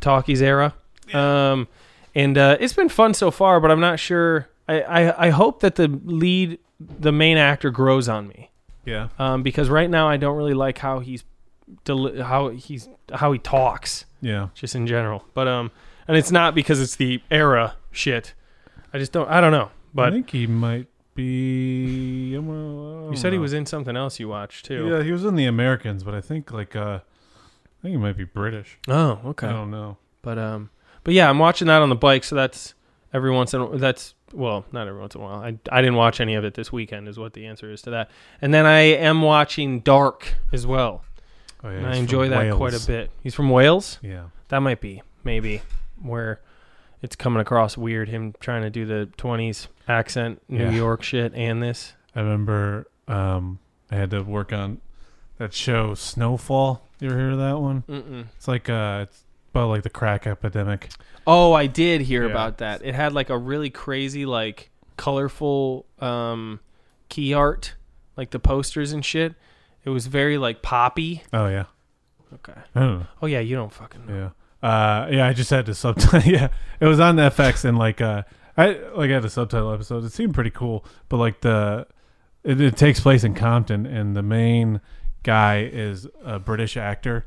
B: talkies era. Um, and uh, it's been fun so far, but I'm not sure. I, I I hope that the lead, the main actor, grows on me.
C: Yeah.
B: um, because right now I don't really like how he's deli- how he's how he talks
C: Yeah.
B: just in general. But um, and it's not because it's the era shit. I just don't. I don't know.
C: I
B: But
C: think he might be. I'm gonna- I
B: you
C: don't
B: said he
C: know.
B: was in something else you watched too.
C: Yeah, he was in the Americans, but I think like uh, I think he might be British.
B: Oh, okay.
C: I don't know.
B: But um, but yeah, I'm watching that on the bike. So that's every once in a, that's well, not every once in a while. I I didn't watch any of it this weekend, is what the answer is to that. And then I am watching Dark as well.
C: Oh, yeah,
B: And
C: he's
B: I
C: from
B: enjoy that quite
C: Wales.
B: a bit. He's from Wales.
C: Yeah.
B: That might be maybe where it's coming across weird him trying to do the 20s accent New
C: Yeah.
B: York shit and this.
C: I remember um, I had to work on that show Snowfall. You ever hear of that one?
B: Mm-mm.
C: It's like uh, it's about like the crack epidemic.
B: Oh, I did hear
C: Yeah.
B: about that. It had like a really crazy like colorful um key art, like the posters and shit. It was very like poppy.
C: Oh yeah.
B: Okay.
C: I don't know.
B: Oh yeah, you don't fucking know.
C: Yeah. Uh, yeah, I just had to subtitle. yeah, it was on FX and like uh, I like I had a subtitle episode. It seemed pretty cool, but like the it, it takes place in Compton, and the main guy is a British actor,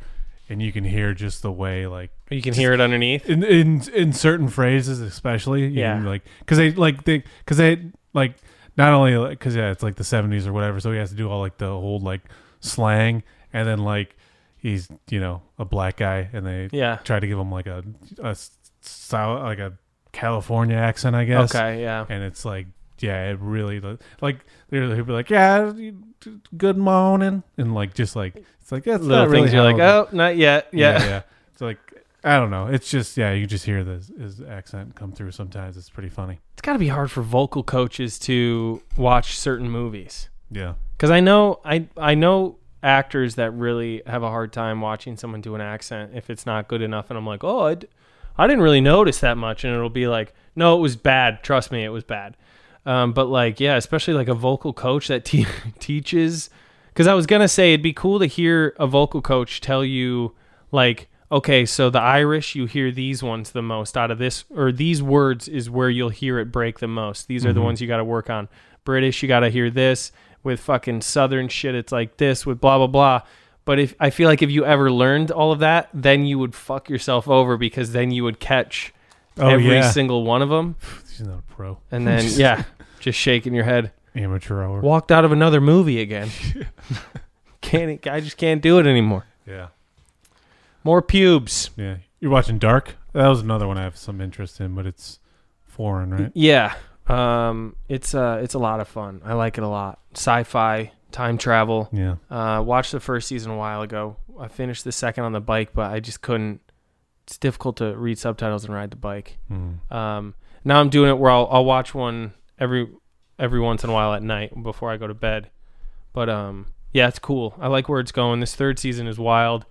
C: and you can hear just the way like
B: You can hear it underneath.
C: in in in certain phrases, especially you
B: Yeah.
C: can, like because they like they because they like not only because yeah, it's like the seventies or whatever, so he has to do all like the old like slang, and then like. he- he's you know a black guy, and they
B: Yeah.
C: try to give him like a a s- sou- like a California accent, I guess.
B: Okay, yeah.
C: And it's like, yeah, it really lo- like they're they'll be like, yeah, you- good morning, and like just like it's like that's
B: Little
C: not really
B: things you're like,
C: how the-
B: oh, not yet. Yeah.
C: yeah. It's like I don't know. It's just yeah, you can just hear the, his accent come through sometimes. It's pretty funny.
B: It's got to be hard for vocal coaches to watch certain movies.
C: Yeah.
B: Because I know I I know actors that really have a hard time watching someone do an accent if it's not good enough, and I'm like, oh, I, d- I didn't really notice that much, and it'll be like, no, it was bad. Trust me, it was bad. Um, but like, yeah, especially like a vocal coach that te- teaches. Because I was gonna say it'd be cool to hear a vocal coach tell you like. Okay, so the Irish, you hear these ones the most out of this, or these words is where you'll hear it break the most. These are
C: Mm-hmm.
B: the ones you got to work on. British, you got to hear this with fucking southern shit it's like this with blah blah blah but if i feel like if you ever learned all of that then you would fuck yourself over because then you would catch
C: Oh
B: every
C: yeah.
B: single one of them
C: He's not a pro.
B: and then yeah just shaking your head
C: Amateur hour.
B: walked out of another movie again can't i just can't do it anymore
C: Yeah.
B: more pubes
C: Yeah. You're watching Dark. That was another one I have some interest in, but it's foreign, right?
B: yeah um it's uh it's a lot of fun i like it a lot sci-fi time travel
C: Yeah.
B: Uh, watched the first season a while ago. I finished the second on the bike, but I just couldn't. It's difficult to read subtitles and ride the bike.
C: Mm.
B: Um, now I'm doing it where I'll, I'll watch one every every once in a while at night before I go to bed. But um, yeah, it's cool. I like where it's going. This third season is wild.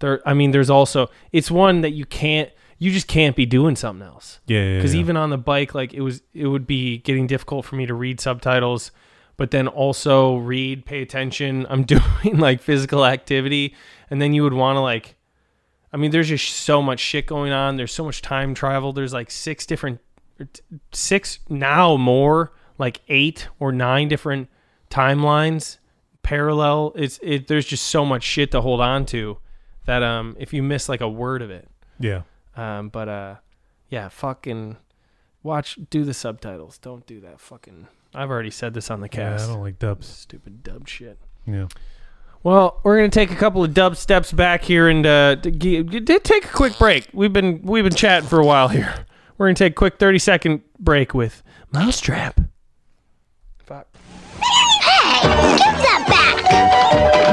B: There, I mean, there's also it's one that you can't. You just can't be doing something else
C: Yeah. yeah,
B: because
C: yeah.
B: even on the bike like it was it would be getting difficult for me to read subtitles but then also read pay attention i'm doing like physical activity and then you would want to like i mean there's just so much shit going on there's so much time travel there's like six different or t- six now more like eight or nine different timelines parallel it's it there's just so much shit to hold on to that um if you miss like a word of it
C: yeah.
B: um, but uh, yeah, fucking watch. Do the subtitles. Don't do that. Fucking. I've already said this on the
C: Yeah, I
B: cast.
C: don't like dubs.
B: Stupid dub shit.
C: Yeah.
B: Well, we're gonna take a couple of dub steps back here and uh, to gi- did take a quick break. We've been we've been chatting for a while here. We're gonna take a quick thirty second break with Mousetrap. Fuck.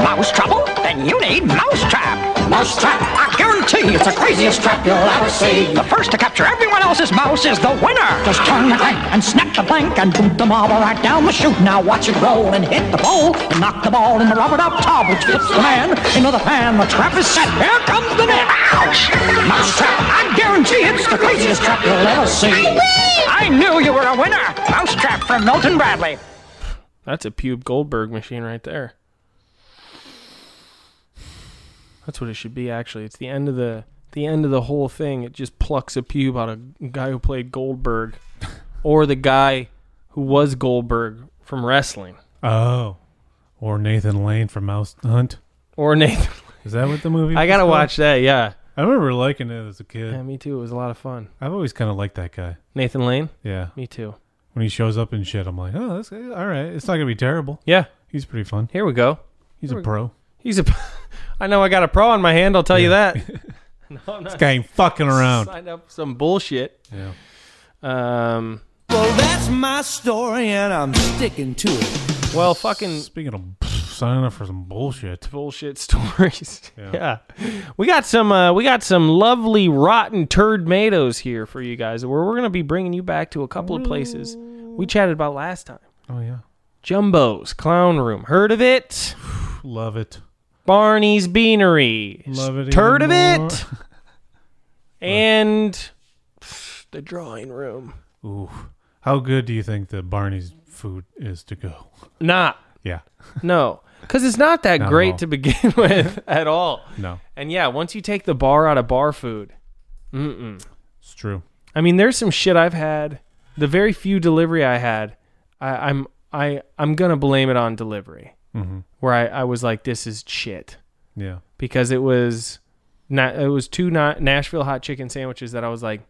J: Mouse trouble? Then you need Mousetrap. Mousetrap, I guarantee it's the craziest trap you'll ever see. The first to capture everyone else's mouse is the winner. Just turn the crank and snap the blank and boot the marble right down the chute. Now watch it roll and hit the pole and knock the ball in the rubber up tub, which hits the man into the pan. The trap is set. Here comes the net. Ouch! Mousetrap, I guarantee it's the craziest trap you'll ever see. I knew you were a winner. Mousetrap from Milton Bradley.
B: That's a pube Goldberg machine right there. That's what it should be actually. It's the end of the the end of the whole thing. It just plucks a pube out of a guy who played Goldberg or the guy who was Goldberg from wrestling
C: Oh. Or Nathan Lane from Mouse Hunt.
B: or Nathan.
C: Is that what the movie?
B: I
C: was
B: gotta
C: called?
B: watch that. Yeah,
C: I remember liking it as a kid.
B: yeah, me too. It was a lot of fun.
C: I've always kind of liked that guy.
B: Nathan Lane,
C: Yeah.
B: me too.
C: When he shows up and shit, I'm like, oh, that's all right. It's not gonna be terrible.
B: Yeah,
C: He's pretty fun.
B: here we go.
C: He's a pro.
B: He's a. I know I got a pro on my hand. I'll tell you that. no, I'm not
C: Guy ain't fucking around.
B: signed up for some bullshit.
C: Yeah.
B: Um.
J: Well, that's my story, and I'm sticking to it.
B: Well, fucking
C: Speaking of signing up for some bullshit.
B: bullshit stories. Yeah.
C: Yeah.
B: We got some uh, we got some lovely rotten turd tomatoes here for you guys. Where we're gonna be bringing you back to a couple of places we chatted about last time.
C: Oh yeah.
B: Jumbo's Clown Room, heard of it?
C: Love it.
B: Barney's Beanery,
C: Love it
B: heard of
C: even more.
B: it? and pff, the drawing room,
C: Ooh. How good do you think the Barney's food is to go?
B: not
C: Yeah.
B: no, because it's not that
C: Not at
B: great
C: all.
B: to begin with at all.
C: No.
B: And yeah, once you take the bar out of bar food, mm-mm.
C: It's true.
B: I mean, there's some shit I've had. The very few delivery I had, I, I'm I I'm gonna blame it on delivery,
C: Mm-hmm.
B: where I, I was like, this is shit
C: Yeah.
B: because it was not it was two na- Nashville hot chicken sandwiches that I was like,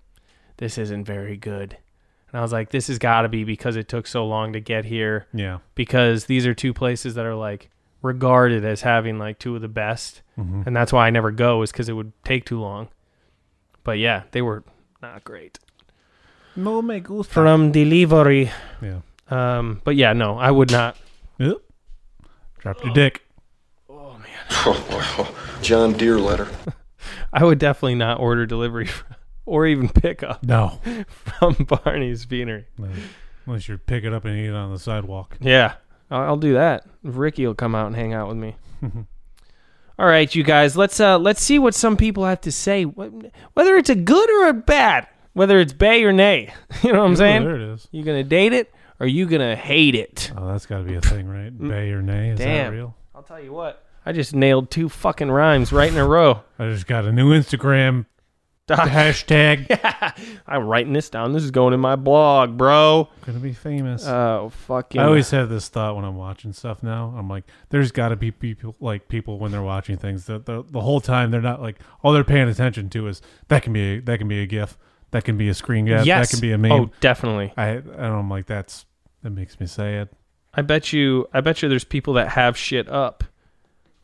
B: this isn't very good, and I was like, this has got to be because it took so long to get here
C: Yeah.
B: because these are two places that are like regarded as having like two of the best,
C: Mhm.
B: and that's why I never go is because it would take too long. But yeah, they were not great
C: No me gusta.
B: from delivery.
C: Yeah.
B: Um, but yeah, no, I would not.
C: Yep. Drop
B: Oh.
C: your dick.
K: John Deere letter.
B: I would definitely not order delivery or even pickup.
C: No.
B: from Barney's Beanery.
C: No. Unless you pick it up and eat it on the sidewalk.
B: Yeah, I'll, I'll do that. Ricky will come out and hang out with me. All right, you guys, let's uh let's see what some people have to say, wh- whether it's a good or a bad, whether it's bay or nay. You know what I'm
C: Ooh,
B: saying?
C: Oh, there it is.
B: You gonna date it or you gonna hate it?
C: Oh, that's got to be a thing, right? Bay or nay? Is
B: Mm. Damn.
C: that real?
B: I'll tell you what. I just nailed two fucking rhymes right in a row.
C: I just got a new Instagram hashtag.
B: I'm writing this down. This is going in my blog, bro.
C: Gonna be famous.
B: Oh fucking!
C: I always have this thought when I'm watching stuff now. I'm like, there's got to be people like people when they're watching things that the, the whole time they're not like all they're paying attention to is that can be a, that can be a gif, that can be a screen grab,
B: Yes.
C: that can be a meme.
B: Oh, definitely.
C: I and I'm like that's that makes me say it.
B: I bet you I bet you there's people that have shit up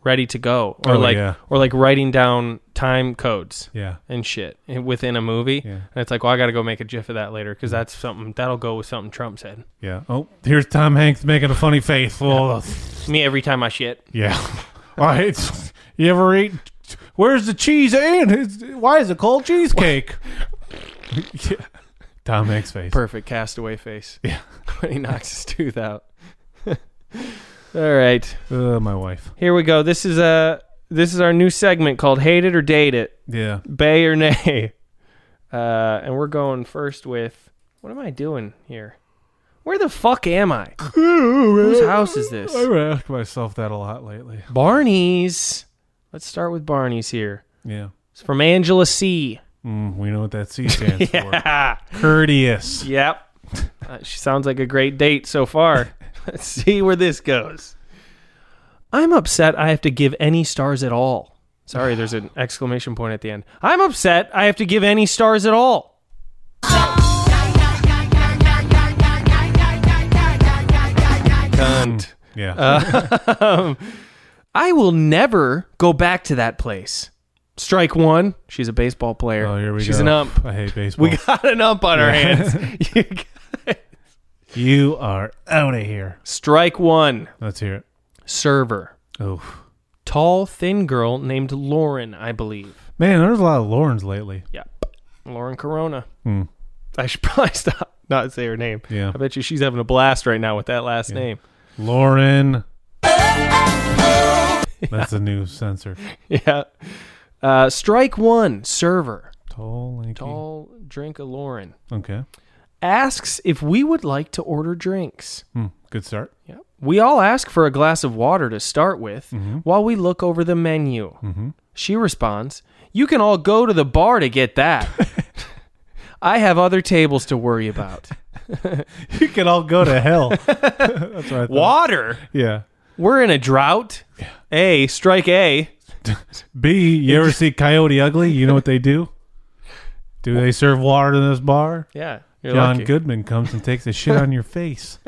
B: ready to go or
C: Oh,
B: like
C: yeah.
B: or like writing down time codes
C: Yeah.
B: and shit in- within a movie and it's like well I got to go make a gif of that later cuz that's something that'll go with something Trump said
C: Yeah. Oh, here's Tom Hanks making a funny face. Well,
B: me every time I shit
C: yeah. All right. You ever eat? Where's the cheese? And it's- why is it called cheesecake? yeah. Tom Hanks face.
B: perfect castaway face
C: Yeah.
B: when he knocks his tooth out all right
C: Uh, my wife.
B: here we go this is a this is our new segment called hate it or date it
C: Yeah.
B: Bay or nay? Uh, and we're going first with what am I doing here? Where the fuck am I? Whose house is this?
C: I've asked myself that a lot lately.
B: Barney's. Let's start with Barney's here.
C: Yeah.
B: It's from Angela C.
C: Mm, we know what that C stands
B: Yeah.
C: for. Courteous.
B: Yep. Uh, she sounds like a great date so far. Let's see where this goes. I'm upset I have to give any stars at all. Sorry, there's an exclamation point at the end. I'm upset I have to give any stars at all. Cunt.
C: Yeah.
B: Um, I will never go back to that place. Strike one. She's a baseball player.
C: oh, here we
B: She's
C: go.
B: an ump.
C: I hate baseball.
B: We got an ump on our hands. You got-
C: you are out of here.
B: Strike one.
C: Let's hear it.
B: Server.
C: Oh,
B: Tall, thin girl named Lauren, I believe.
C: man, there's a lot of Laurens lately.
B: Yep. Lauren Corona.
C: Hmm.
B: I should probably stop, not say her name.
C: Yeah.
B: I bet you she's having a blast right now with that last name.
C: Lauren. That's a new censor.
B: Yeah. Uh, strike one. Server.
C: Tall, lanky.
B: Tall, drink a Lauren.
C: Okay.
B: Asks if we would like to order drinks.
C: Hmm. Good start.
B: Yep. We all ask for a glass of water to start with while we look over the menu. She responds, You can all go to the bar to get that. I have other tables to worry about.
C: You can all go to hell. That's what I thought.
B: Water?
C: Yeah.
B: We're in a drought. A, strike A.
C: B, you ever see Coyote Ugly? You know what they do? Do they serve water in this bar?
B: Yeah. You're
C: John
B: lucky.
C: Goodman comes and takes a shit on your face.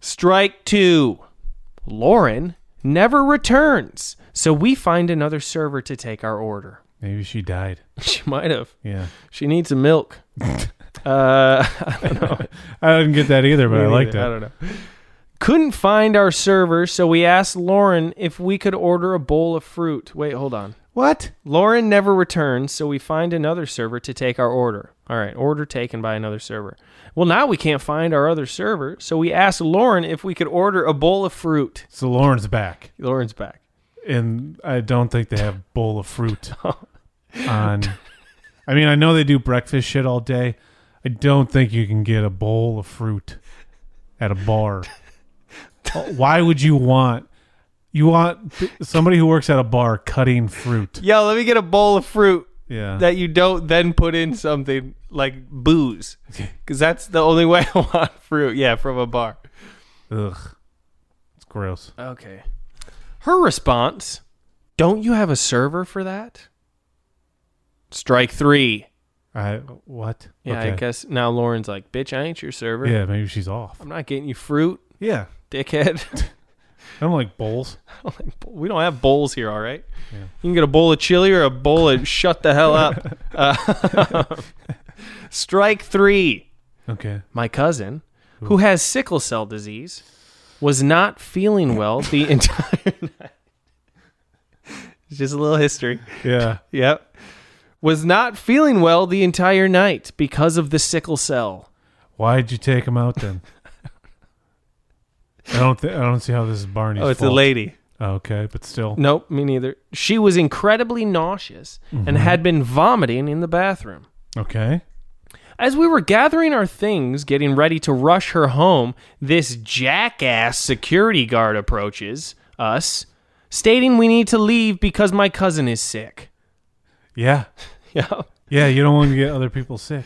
B: Strike two. Lauren never returns. So we find another server to take our order.
C: Maybe she died.
B: She might have.
C: Yeah.
B: She needs some milk. uh, I don't know.
C: I didn't get that either, but I
B: Me
C: liked it.
B: neither. I don't know. Couldn't find our server, so we asked Lauren if we could order a bowl of fruit. Wait, hold on.
C: What?
B: Lauren never returns, so we find another server to take our order. All right, order taken by another server. Well, now we can't find our other server, so we asked Lauren if we could order a bowl of fruit.
C: So Lauren's back.
B: Lauren's back.
C: And I don't think they have bowl of fruit on I mean, I know they do breakfast shit all day. I don't think you can get a bowl of fruit at a bar. Uh, Why would you want you want somebody who works at a bar cutting fruit?
B: Yo, let me get a bowl of fruit
C: Yeah.
B: that you don't then put in something like booze, because that's the only way I want fruit. Yeah, from a bar.
C: Ugh. It's gross.
B: Okay. Her response Don't you have a server for that? Strike three.
C: I what?
B: Yeah, I
C: Okay.
B: guess now Lauren's like, Bitch, I ain't your server.
C: Yeah, maybe she's off.
B: I'm not getting you fruit,
C: Yeah.
B: dickhead.
C: I don't like bowls.
B: We don't have bowls here, all right? You can get a bowl of chili or a bowl of shut the hell up. Uh, strike three.
C: Okay.
B: My cousin, who has sickle cell disease, was not feeling well the entire night. It's Just a little history.
C: Yeah.
B: Yep. Was not feeling well the entire night because of the sickle cell.
C: Why'd you take him out then? I don't. Th- I don't see how this is Barney's.
B: Oh, it's a Mm.
C: fault. Oh,
B: lady.
C: Okay, but still.
B: Nope, me neither. She was incredibly nauseous and had been vomiting in the bathroom.
C: Okay.
B: As we were gathering our things, getting ready to rush her home, this jackass security guard approaches us, stating we need to leave because my cousin is sick.
C: Yeah.
B: Yeah.
C: Yeah. You don't want to get other people sick.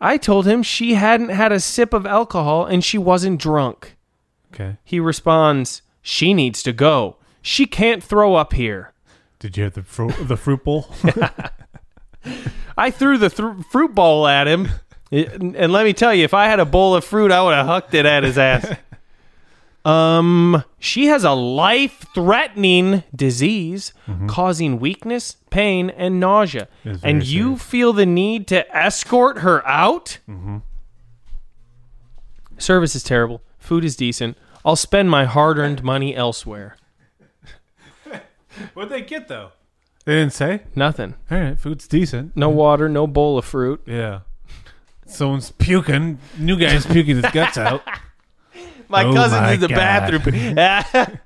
B: I told him she hadn't had a sip of alcohol and she wasn't drunk.
C: Okay.
B: He responds, She needs to go. She can't throw up here.
C: Did you have the fruit? The fruit bowl?
B: I threw the thr fruit bowl at him. and and let me tell you, if I had a bowl of fruit, I would have hucked it at his ass. um, she has a life threatening disease causing weakness, pain, and nausea.
C: Mm-hmm. It's very
B: And you feel the need to escort her out?
C: Mm-hmm.
B: Service is terrible. Food is decent. I'll spend my hard earned money elsewhere.
C: What'd they get though? They didn't say.
B: Nothing.
C: All right, food's decent.
B: No water, no bowl of fruit.
C: Yeah. Someone's puking. New guy's puking his guts out.
B: My
C: Oh
B: cousin's
C: my
B: in the
C: God.
B: bathroom.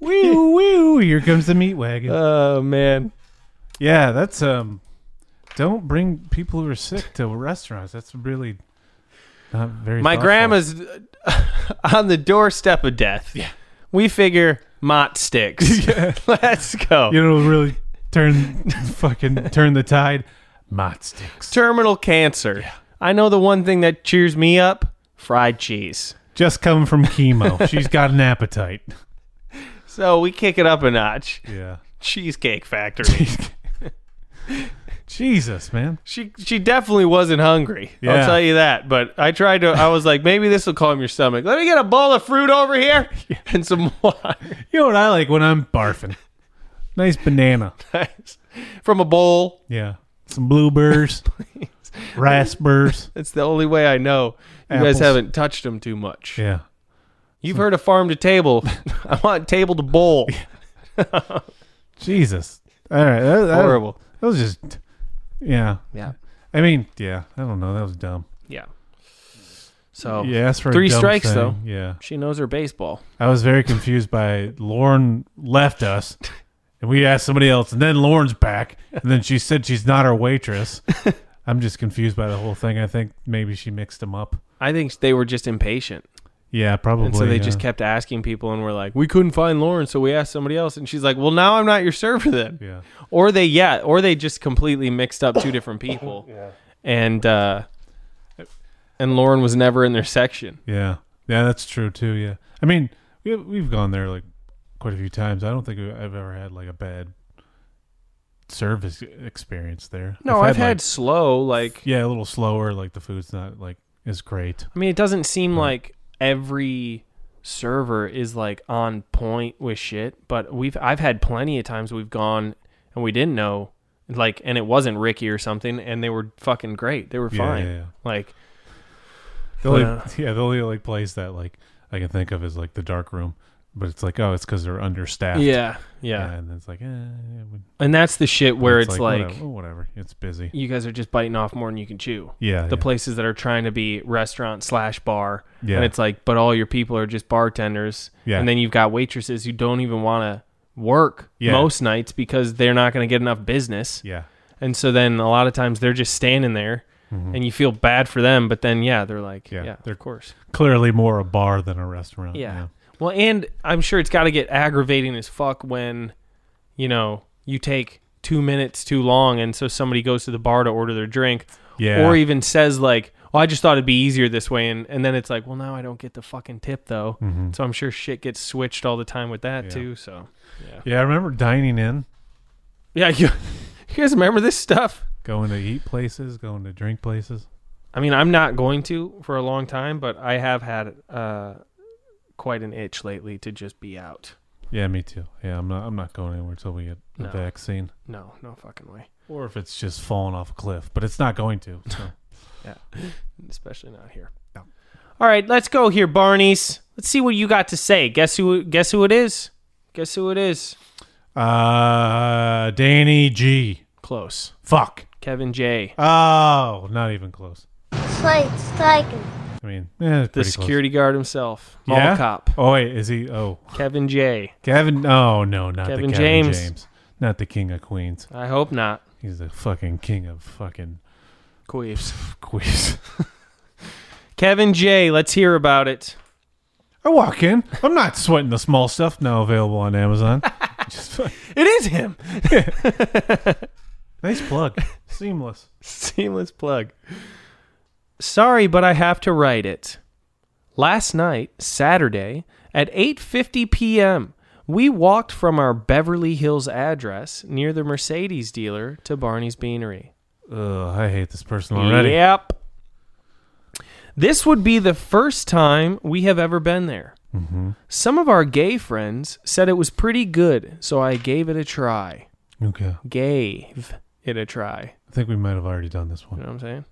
C: woo woo! Here comes the meat wagon.
B: oh, man.
C: yeah, that's um. Don't bring people who are sick to restaurants. That's really not very.
B: My
C: thoughtful.
B: grandma's on the doorstep of death. Yeah. We figure Mott sticks. Let's go.
C: You know, really turn fucking turn the tide. Mott sticks.
B: Terminal cancer. I know the one thing that cheers me up fried cheese.
C: Just come from chemo. She's got an appetite.
B: So we kick it up a notch.
C: Yeah.
B: Cheesecake Factory.
C: Jesus, man.
B: she she definitely wasn't hungry. I'll
C: Yeah.
B: tell you that. But I tried to. I was like, maybe this will calm your stomach. Let me get a bowl of fruit over here and some water
C: You know what I like when I'm barfing? Nice banana.
B: from a bowl.
C: Yeah. Some blueberries, raspberries.
B: That's the only way I know. You guys
C: Apples.
B: haven't touched them too much.
C: Yeah.
B: You've heard of farm to table. I want table to bowl.
C: Jesus. All right. That, that-
B: Horrible.
C: That was just, yeah.
B: Yeah.
C: I mean, yeah. I don't know. That was dumb.
B: Yeah. So
C: Yeah, that's for a
B: three
C: dumb
B: strikes
C: thing.
B: though.
C: Yeah.
B: She knows her baseball.
C: I was very confused by Lauren left us, and we asked somebody else, and then Lauren's back, and then she said she's not our waitress. I'm just confused by the whole thing. I think maybe she mixed them up.
B: I think they were just impatient.
C: Yeah, probably.
B: And so they
C: yeah.
B: just kept asking people and were like, We couldn't find Lauren, so we asked somebody else and she's like, Well now I'm not your server then.
C: Yeah.
B: Or they yeah, or they just completely mixed up two different people. yeah. And uh and Lauren was never in their section.
C: Yeah, yeah, that's true too. Yeah, I mean, we we've gone there like quite a few times. I don't think I've ever had like a bad service experience there.
B: No, I've, had,
C: like-
B: slow, like
C: yeah, a little slower. Like the food's not like as great.
B: I mean, it doesn't seem like every server is like on point with shit, but we've I've had plenty of times we've gone and we didn't know like and it wasn't Ricky or something and they were fucking great. They were
C: Yeah,
B: fine.
C: yeah, yeah.
B: Like
C: The only,
B: uh,
C: yeah, the only like place that like I can think of is like the dark room, but it's like oh, it's because they're understaffed.
B: yeah, yeah,
C: Yeah, and it's like eh, yeah, we-
B: And that's the shit where it's, like,
C: whatever, oh, whatever, it's busy.
B: you guys are just biting off more than you can chew.
C: Yeah,
B: The
C: yeah.
B: places that are trying to be restaurant slash bar.
C: Yeah.
B: And it's like, but all your people are just bartenders.
C: Yeah.
B: And then you've got waitresses who don't even want to work
C: Yeah.
B: most nights because they're not going to get enough business.
C: Yeah,
B: And so then a lot of times they're just standing there and you feel bad for them, but then yeah, they're like, yeah,
C: Mm-hmm. Yeah,
B: they're,
C: they're-
B: of course.
C: clearly more a bar than a restaurant.
B: Yeah. Well, and I'm sure it's got to get aggravating as fuck when, you know, you take 2 minutes too long and so somebody goes to the bar to order their drink
C: Yeah.
B: or even says like, "Well, I just thought it'd be easier this way." And and then it's like, "Well, now I don't get the fucking tip though." So I'm sure shit gets switched all the time with that too, so.
C: yeah. I remember dining in,
B: Yeah, you, you guys remember this stuff?
C: going to eat places, going to drink places.
B: I mean, I'm not going to for a long time, but I have had uh, quite an itch lately to just be out.
C: Yeah, me too. Yeah, I'm not. I'm not going anywhere until we get a
B: No.
C: vaccine,
B: No, no fucking way.
C: or if it's just falling off a cliff. But it's not going to. So.
B: Yeah. Especially not here. All right, let's go here, Barneys. Let's see what you got to say. Guess who guess who it is? Guess who it is?
C: uh, Danny G.
B: Close.
C: Fuck.
B: Kevin J.
C: Oh, not even close.
K: Slate Striking.
C: I mean, eh, it's
B: The
C: pretty
B: security guard himself. Mall
C: close. yeah?
B: cop.
C: Oh wait, is he? Oh,
B: Kevin J.
C: Kevin. Oh no, not
B: Kevin
C: the Kevin
B: James.
C: James. Not the king of Queens.
B: I hope not.
C: He's the fucking king of fucking
B: Queefs.
C: queefs.
B: Kevin J. Let's hear about it.
C: I walk in. I'm not sweating the small stuff now available on Amazon. Just fuck-
B: It is him.
C: nice plug. Seamless.
B: Seamless plug. Sorry, but I have to write it. Last night, Saturday, at 8:50 p.m., we walked from our Beverly Hills address near the Mercedes dealer to Barney's Beanery.
C: Ugh, I hate this person already.
B: Yep. This would be the first time we have ever been there. Some of our gay friends said it was pretty good, so I gave it a try.
C: Okay.
B: Gave it a try.
C: I think we might have already done this
B: You
C: one.
B: know what I'm saying?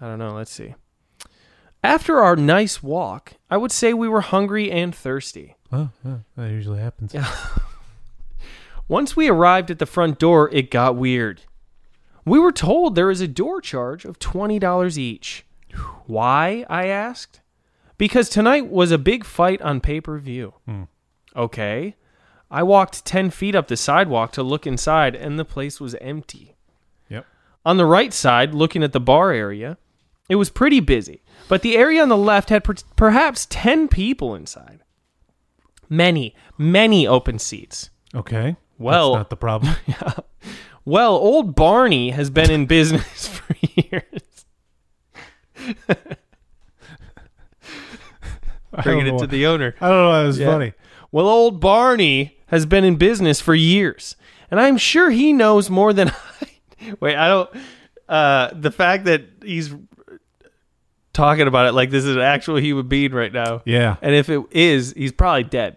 B: I don't know. Let's see. After our nice walk, I would say we were hungry and thirsty.
C: Oh, yeah, that usually happens.
B: Once we arrived at the front door, it got weird. We were told there is a door charge of $20 each. Why? I asked. Because tonight was a big fight on pay per view. Okay. I walked 10 feet up the sidewalk to look inside, and the place was empty.
C: Yep.
B: On the right side, looking at the bar area, it was pretty busy, but the area on the left had per- perhaps 10 people inside. Many, many open seats.
C: Okay.
B: Well-
C: That's not the problem.
B: Well, old Barney has been in business for years. Bringing it to the owner.
C: I don't know. That was
B: Yeah.
C: funny.
B: Well, old Barney has been in business for years, and I'm sure he knows more than I. Wait, I don't. Uh, the fact that he's talking about it like this is an actual human being right now,
C: Yeah.
B: and if it is, he's probably dead.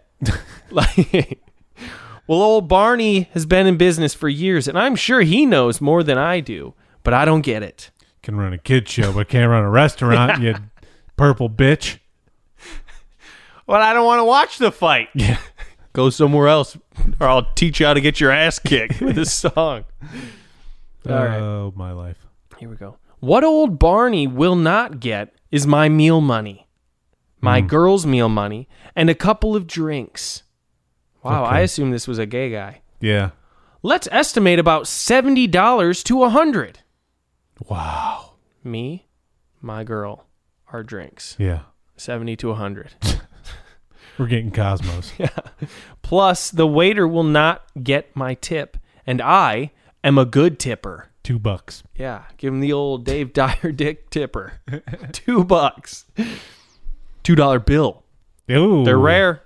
B: like, well, old Barney has been in business for years, and I'm sure he knows more than I do, but I don't get it.
C: Can run a kid show, but can't run a restaurant. You purple bitch.
B: Well, I don't want to watch the fight. Yeah. Go somewhere else, or I'll teach you how to get your ass kicked with this song. All right.
C: Oh my life.
B: Here we go. What old Barney will not get is my meal money, my girl's meal money, and a couple of drinks. Wow, I
C: Okay.
B: assume this was a gay guy.
C: Yeah.
B: Let's estimate about $70 to 100
C: Wow.
B: Me, my girl, our drinks.
C: Yeah.
B: 70 to 100
C: We're getting cosmos.
B: Plus, the waiter will not get my tip, and I am a good tipper.
C: Two bucks.
B: Yeah, give him the old Dave Dyer dick tipper. Two bucks. $2 bill.
C: Ooh.
B: They're rare.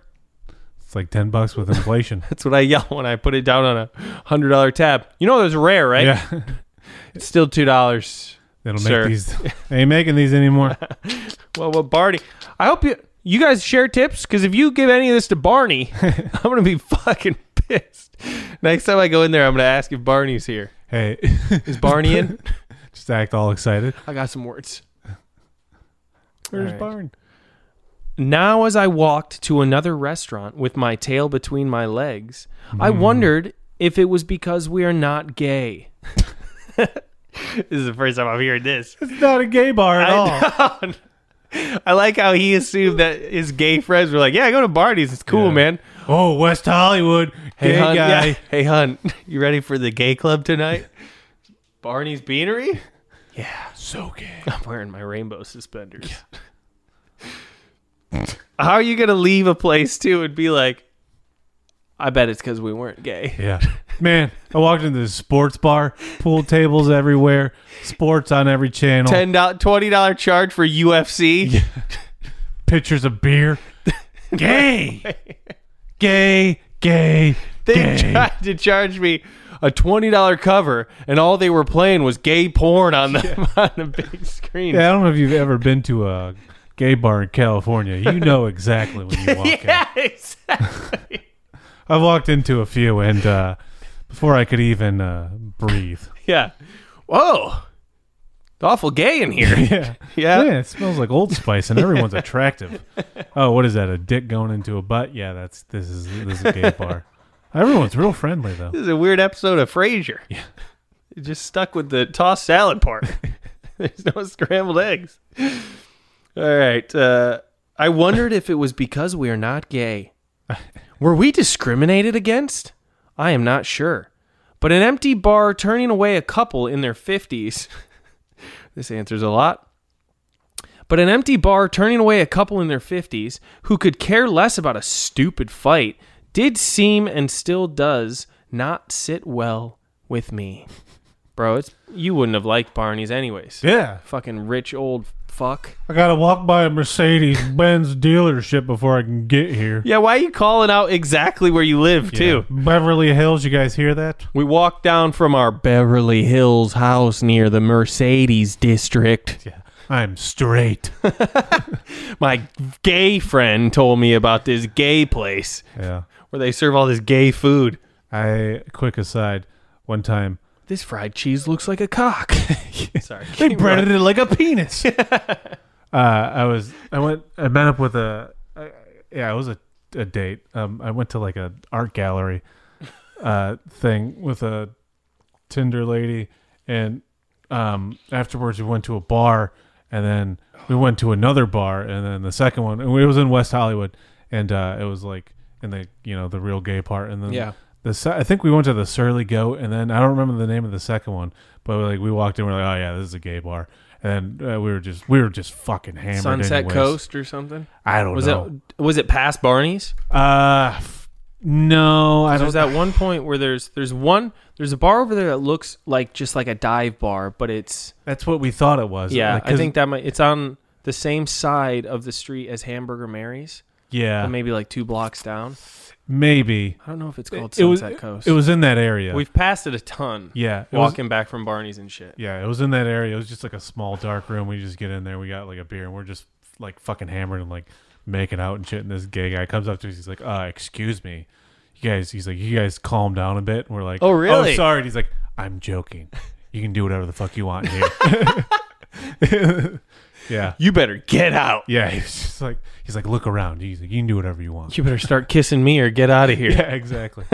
C: It's like ten bucks with inflation.
B: That's what I yell when I put it down on a hundred dollar tab. You know those are rare, right?
C: yeah.
B: It's still two dollars.
C: They don't
B: Sir.
C: make these. They ain't making these anymore.
B: Well, well, Barney. I hope you you guys share tips because if you give any of this to Barney, I'm gonna be fucking pissed. Next time I go in there, I'm gonna ask if Barney's here.
C: hey,
B: Is Barney in?
C: just act all excited.
B: I got some words.
C: Where's
B: right.
C: Barn?
B: Now, as I walked to another restaurant with my tail between my legs, I wondered if it was because we are not gay. this is the first time I'm hearing this.
C: It's not a gay bar at all.
B: I like how he assumed that his gay friends were like, "Yeah, go to Barney's. It's cool,
C: Yeah.
B: man."
C: Oh, West Hollywood,
B: Hey,
C: gay
B: hun,
C: guy.
B: yeah. hey, hun, you ready for the gay club tonight? Barney's Beanery.
C: So gay.
B: I'm wearing my rainbow suspenders. how are you gonna leave a place too and be like, "I bet it's because we weren't gay."
C: Yeah, man. I walked into this sports bar. Pool tables everywhere. Sports on every channel.
B: Ten dollar, twenty dollar charge for UFC.
C: Pictures of beer. gay. gay. Gay.
B: They
C: gay.
B: tried to charge me a twenty dollar cover, and all they were playing was gay porn on the on the big screen.
C: Yeah, I don't know if you've ever been to a gay bar in California, you know exactly when you walk
B: yeah,
C: in.
B: exactly.
C: I've walked into a few, and uh, before I could even uh, breathe,
B: yeah. Whoa. It's awful gay in here.
C: yeah.
B: Yeah.
C: it smells like Old Spice, and everyone's attractive. Oh, what is that? A dick going into a butt? Yeah, that's this is this is a gay bar. Everyone's real friendly though.
B: This is a weird episode of Frasier. Yeah. It just stuck with the tossed salad part. There's no scrambled eggs. All right. Uh, I wondered if it was because we are not gay. Were we discriminated against? I am not sure. But an empty bar turning away a couple in their 50s. this answers a lot. But an empty bar turning away a couple in their 50s who could care less about a stupid fight did seem and still does not sit well with me. Bro, it's you wouldn't have liked Barney's anyways.
C: Yeah.
B: Fucking rich old fuck.
C: I gotta walk by a Mercedes Benz dealership before I can get here.
B: Yeah, why are you calling out exactly where you live, too?
C: Beverly Hills, you guys hear that?
B: We walked down from our Beverly Hills house near the Mercedes district.
C: I'm straight.
B: My gay friend told me about this gay place
C: Yeah.
B: where they serve all this gay food.
C: I quick aside, one time
B: This fried cheese looks like a cock. Sorry.
C: They breaded it like a penis. uh, I was, I went, I met up with a, I, yeah, it was a, a date. Um, I went to like a art gallery, uh, thing with a Tinder lady, and um, afterwards we went to a bar, and then we went to another bar, and then the second one, and it was in West Hollywood, and uh, it was like in the you know the real gay part, and then
B: Yeah.
C: the se- I think we went to the Surly Goat, and then I don't remember the name of the second one, but like we walked in, we're like, oh yeah, this is a gay bar, and then uh, we were just we were just fucking hammered.
B: Sunset
C: anyways.
B: Coast or something?
C: I don't
B: was
C: know.
B: it was it past Barney's?
C: Uh, f- no, I don't.
B: There's that one point where there's there's one there's a bar over there that looks like just like a dive bar, but it's
C: That's what we thought it was.
B: yeah.
C: Like,
B: I
C: 'cause-
B: think that might it's on the same side of the street as Hamburger Mary's,
C: yeah,
B: but maybe like two blocks down.
C: maybe
B: I don't know if it's called
C: it was
B: Sunset Coast.
C: it was in that area.
B: we've passed it a ton.
C: Yeah, it was-
B: walking back from Barney's and shit.
C: Yeah, it was in that area. It was just like a small dark room. We just get in there. We got like a beer, and we're just like fucking hammered and like making out and shit. And this gay guy comes up to us. He's like, "Uh, excuse me, you guys." He's like, "You guys calm down a bit." And we're like,
B: Oh, really?
C: Oh, sorry." And he's like, "I'm joking. You can do whatever the fuck you want here." yeah,
B: You better get out.
C: yeah. He's just like, he's like, "Look around." He's like, "You can do whatever you want."
B: You better start kissing me or get out of here.
C: Yeah, exactly.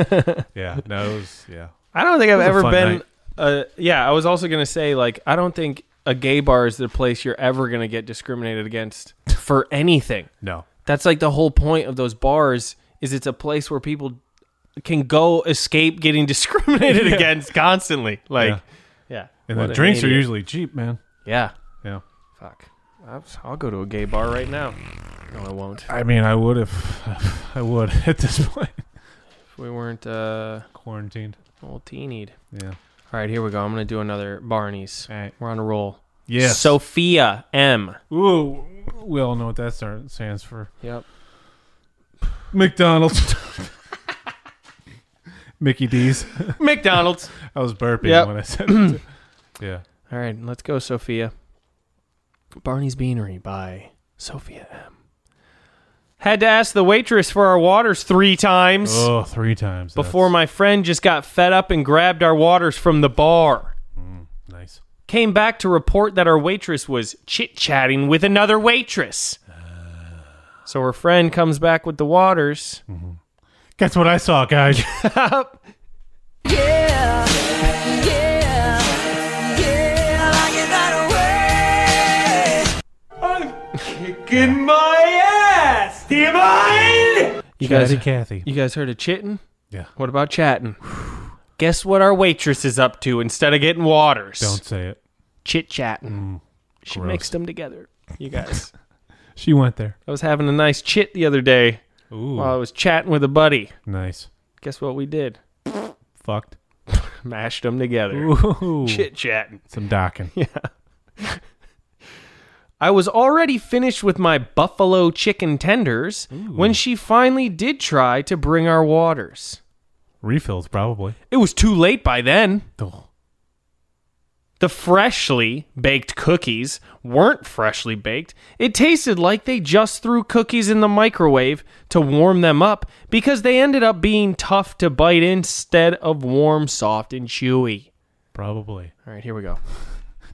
C: yeah, no, it was, yeah.
B: I don't think I've
C: was a
B: ever
C: fun
B: been.
C: night.
B: Uh, yeah, I was also gonna say like I don't think a gay bar is the place you're ever gonna get discriminated against for anything.
C: No,
B: That's like the whole point of those bars is it's a place where people can go escape getting discriminated against constantly. Like, yeah,
C: Yeah. and the drinks are usually cheap, man.
B: yeah.
C: Yeah.
B: Fuck, I'll, I'll go to a gay bar right now. No, I won't.
C: I mean, I would if I would at this point.
B: If we weren't uh,
C: Quarantined.
B: all teenied.
C: Yeah.
B: All right, here we go. I'm gonna do another Barney's.
C: All right.
B: We're on a roll.
C: Yeah. So,
B: Sophia M.
C: ooh, we all know what that star- stands for.
B: Yep.
C: McDonald's. Mickey D's.
B: McDonald's.
C: I was burping
B: Yep.
C: when I said it. yeah.
B: All right, let's go, Sophia. Barney's Beanery by Sophia M. Had to ask the waitress for our waters three times
C: Oh, three times.
B: before
C: That's
B: my friend just got fed up and grabbed our waters from the bar.
C: Nice.
B: Came back to report that our waitress was chit chatting with another waitress.
C: Uh.
B: So her friend comes back with the waters.
C: Hmm. Guess what I saw, guys?
B: You guys,
C: Kathy.
B: you guys heard of chitting?
C: Yeah.
B: What about chatting? Guess what our waitress is up to instead of getting waters?
C: Don't say it.
B: chit chatting. she
C: Mm, gross.
B: mixed them together. You guys,
C: She went there.
B: I was having a nice chit the other day
C: Ooh.
B: while I was chatting with a buddy.
C: nice.
B: Guess what we did?
C: Fucked.
B: Mashed them together.
C: Ooh.
B: Chit chatting.
C: Some docking.
B: I was already finished with my buffalo chicken tenders when she finally did try to bring our waters.
C: Refills, probably.
B: It was too late by then.
C: Oh.
B: The freshly baked cookies weren't freshly baked. It tasted like they just threw cookies in the microwave to warm them up because they ended up being tough to bite instead of warm, soft, and chewy.
C: Probably.
B: All right, here we go.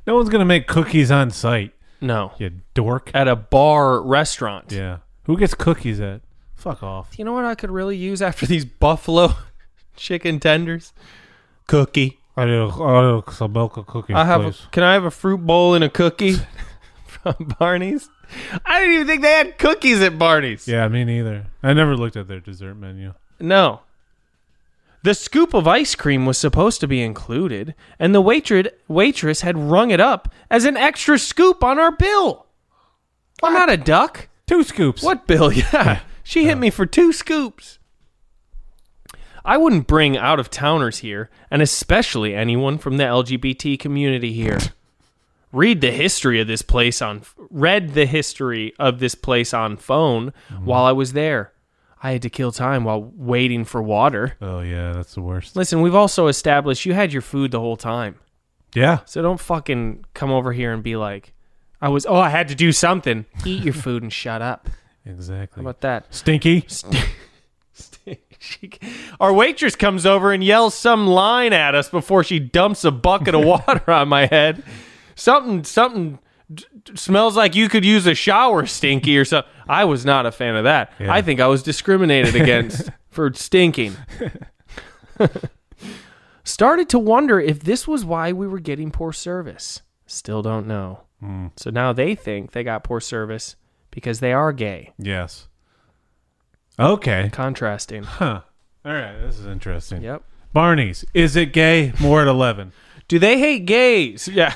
C: No one's gonna make cookies on site.
B: No.
C: You dork.
B: At a bar restaurant.
C: Yeah. Who gets cookies at? Fuck off.
B: You know what I could really use after these buffalo chicken tenders? Cookie.
C: I do. I do some milk cookies.
B: I have. A, can I have a fruit bowl and a cookie from Barney's? I didn't even think they had cookies at Barney's.
C: yeah, me neither. I never looked at their dessert menu.
B: No. The scoop of ice cream was supposed to be included, and the waitress waitress had rung it up as an extra scoop on our bill. I'm not a duck.
C: Two scoops.
B: What bill? Yeah. She hit me for two scoops. I wouldn't bring out of towners here, and especially anyone from the LGBT community here. Read the history of this place on read the history of this place on phone while I was there. I had to kill time while waiting for water.
C: Oh yeah, that's the worst.
B: Listen, we've also established you had your food the whole time.
C: Yeah.
B: So don't fucking come over here and be like, I was oh, I had to do something. Eat your food and shut up. How
C: Exactly.
B: about that?
C: Stinky.
B: She, our waitress comes over and yells some line at us before she dumps a bucket of water on my head. Something, something d- d- smells like you could use a shower, stinky or something. I was not a fan of that. I think I was discriminated against for stinking. Started to wonder if this was why we were getting poor service. Still don't know. So now they think they got poor service because they are gay.
C: Yes. Okay.
B: Contrasting.
C: Huh. All right. This is interesting.
B: Yep.
C: Barney's. Is it gay? More at eleven.
B: Do they hate gays? Yeah.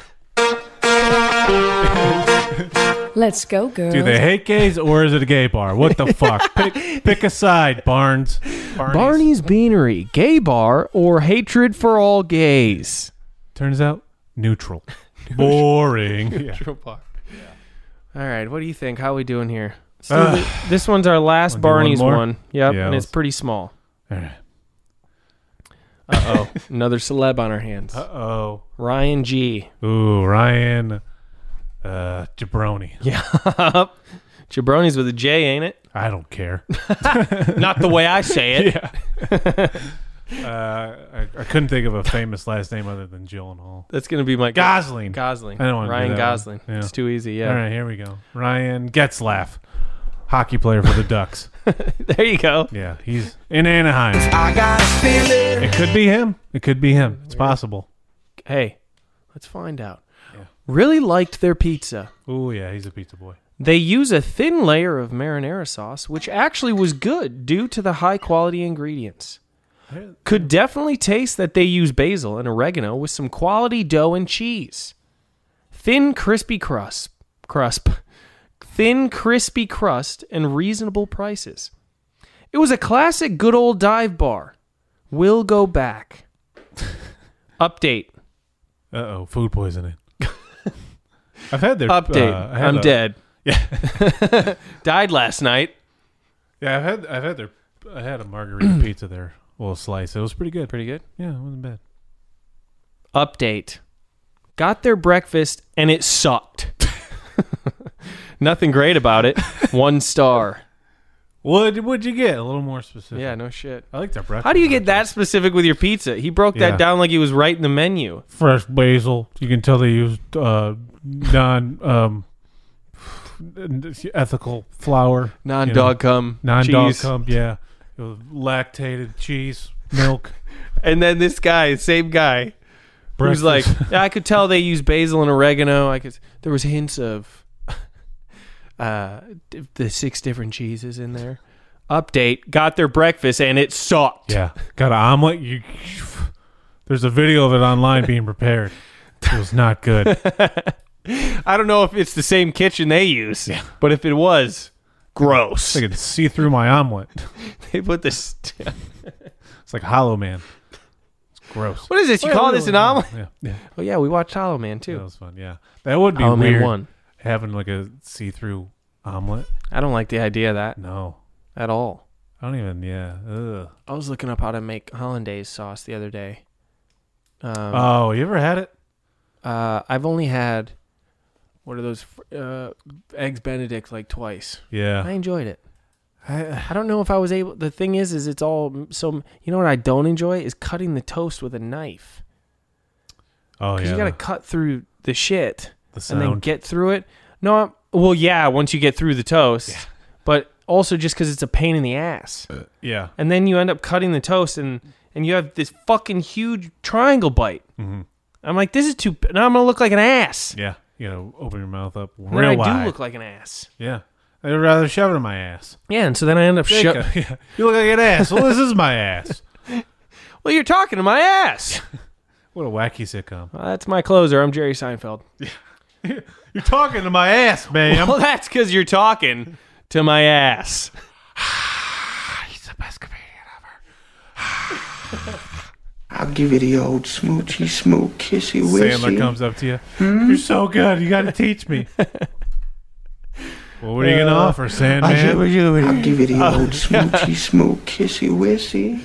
L: Let's go, girls.
C: Do they hate gays or is it a gay bar? What the fuck? Pick, pick a side, Barnes. Barney's.
B: Barney's Beanery, gay bar, or hatred for all gays?
C: Turns out neutral. Boring. Yeah.
B: All right, what do you think? How we doing here? Still th- this one's our last
C: Wanna do one
B: Barney's
C: more?
B: one. Yep,
C: Yeah,
B: and it's
C: let's-
B: pretty small.
C: All right.
B: Uh oh, another celeb on our hands.
C: Uh-oh.
B: Ryan G.
C: Oh, Ooh, Ryan uh Jabroni.
B: Yeah, Jabroni's with a J, ain't it?
C: I don't care.
B: Not the way I say it.
C: yeah. uh, I, I couldn't think of a famous last name other than Gyllenhaal.
B: That's gonna be my
C: Gosling.
B: Gosling.
C: I don't wanna do
B: Ryan
C: that
B: Gosling.
C: one. Yeah.
B: It's too easy. Yeah.
C: All right, here we go. Ryan Getzlaff, hockey player for the Ducks.
B: There you go.
C: yeah, he's in Anaheim.
A: I got a feeling.
C: It could be him. It could be him. It's possible.
B: Hey, let's find out. Really liked their pizza.
C: Ooh, yeah, he's a pizza boy.
B: They use a thin layer of marinara sauce, which actually was good due to the high quality ingredients. Could definitely taste that they use basil and oregano with some quality dough and cheese. Thin, crispy crust, crusp, thin, crispy crust, and reasonable prices. It was a classic good old dive bar. We'll go back. Update.
C: Uh oh, food poisoning. I've had their
B: Update.
C: uh, I had
B: I'm
C: a-
B: dead. Died last night.
C: Yeah, I've had I've had their I had a margarita pizza there, little slice. It was pretty good.
B: Pretty good.
C: Yeah, it wasn't bad.
B: update. Got their breakfast and it sucked. Nothing great about it. One star.
C: What would you get? A little more specific.
B: Yeah, no shit.
C: I like their breakfast.
B: How do you get that specific with your pizza? He broke that
C: Yeah.
B: down like he was right in the menu.
C: fresh basil. You can tell they used uh, non um, ethical flour,
B: Non dog cum.
C: non dog
B: cheese.
C: cum. Yeah, It was lactated cheese, milk.
B: And then this guy, same guy, who's
C: breakfast.
B: like, "Yeah, I could tell they use basil and oregano. I could. There was hints of uh, d- the six different cheeses in there. Update. Got their breakfast and it sucked.
C: yeah, got an omelet. You, there's a video of it online being prepared. It was not good.
B: I don't know if it's the same kitchen they use, but if it was, gross.
C: I could see through my omelet.
B: they put this.
C: It's like Hollow Man. It's gross.
B: What is this? You
C: Wait,
B: call
C: wait,
B: this
C: wait,
B: an
C: wait.
B: omelet?
C: Yeah, yeah.
B: Oh yeah, we watched Hollow Man too.
C: That was fun. Yeah, that would be
B: Hollow Man
C: weird.
B: one.
C: Having like a see-through omelet.
B: I don't like the idea of that
C: No,
B: at all.
C: I don't even. Yeah. Ugh.
B: I was looking up how to make hollandaise sauce the other day. Um,
C: Oh, you ever had it?
B: Uh, I've only had what are those fr- uh, eggs Benedict like twice.
C: Yeah.
B: I enjoyed it. I, uh, I don't know if I was able. The thing is, is it's all m- so. m- You know what I don't enjoy is cutting the toast with a knife.
C: Oh
B: Because
C: yeah.
B: you got to cut through the shit and then
C: sound.
B: get through it. No, I'm- well, yeah, once you get through the toast, but also just because it's a pain in the ass.
C: Uh. yeah.
B: And then you end up cutting the toast and and you have this fucking huge triangle bite.
C: Mhm.
B: I'm like, this is too. Now I'm gonna look like an ass.
C: Yeah. You know, open your mouth up
B: And then I
C: real wide.
B: do look like an ass.
C: yeah. I'd rather shove it in my ass.
B: Yeah, and so then I end up shoving.
C: Jacob, yeah. You look like an ass. Well, this is my ass.
B: well, you're talking to my ass.
C: What a wacky sitcom.
B: Well, that's my closer. I'm Jerry Seinfeld.
C: You're talking to my ass, man.
B: Well, that's because you're talking to my ass.
D: I'll give you the old smoochy smoo kissy
C: Sandler
D: wissy.
C: comes up to you. You're so good. You got to teach me. well, what are you going to
D: Uh,
C: offer, Sandman?
D: I give you- I'll give you the
M: Uh,
D: old smoochy smoo kissy wissy.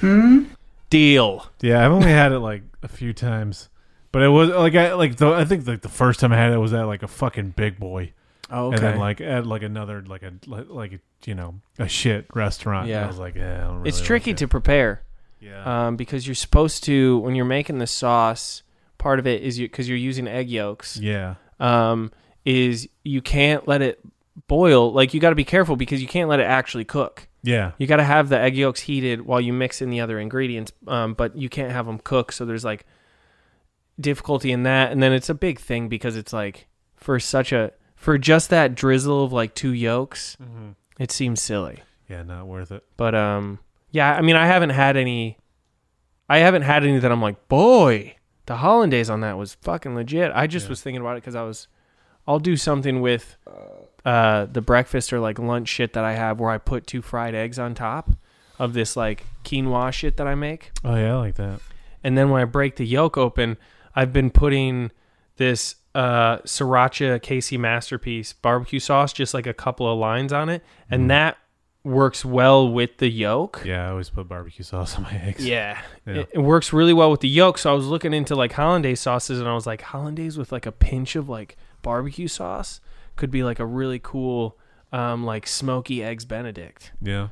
D: Hmm?
B: Deal.
C: Yeah, I've only had it like a few times, but it was like I like the, I think like the first time I had it was at like a fucking big boy.
B: Oh,
C: And then
B: okay.
C: like at like another like a like, like you know a shit restaurant. Yeah, I was like, yeah, I don't really
B: it's
C: like
B: tricky
C: it."
B: to prepare.
C: Yeah.
B: Um, because you're supposed to when you're making the sauce, part of it is you because you're using egg yolks.
C: Yeah.
B: Um, is you can't let it boil. Like you got to be careful because you can't let it actually cook.
C: Yeah.
B: You got to have the egg yolks heated while you mix in the other ingredients. Um, but you can't have them cook. So there's like difficulty in that, and then it's a big thing because it's like for such a for just that drizzle of like two yolks,
C: Mhm.
B: it seems silly.
C: Yeah, not worth it.
B: But um, yeah, I mean, I haven't had any. I haven't had any that I'm like, boy, the hollandaise on that was fucking legit. I just was thinking about it because I was, I'll do something with, uh, the breakfast or like lunch shit that I have where I put two fried eggs on top of this like quinoa shit that I make.
C: Oh yeah, I like that.
B: And then when I break the yolk open, I've been putting this uh, sriracha Casey masterpiece barbecue sauce, just like a couple of lines on it, and that works well with the yolk.
C: Yeah, I always put barbecue sauce on my eggs.
B: Yeah.
C: Yeah.
B: It, it works really well with the yolk. So I was looking into like hollandaise sauces, and I was like, hollandaise with like a pinch of like barbecue sauce could be like a really cool, um, like smoky eggs Benedict.
C: Yeah.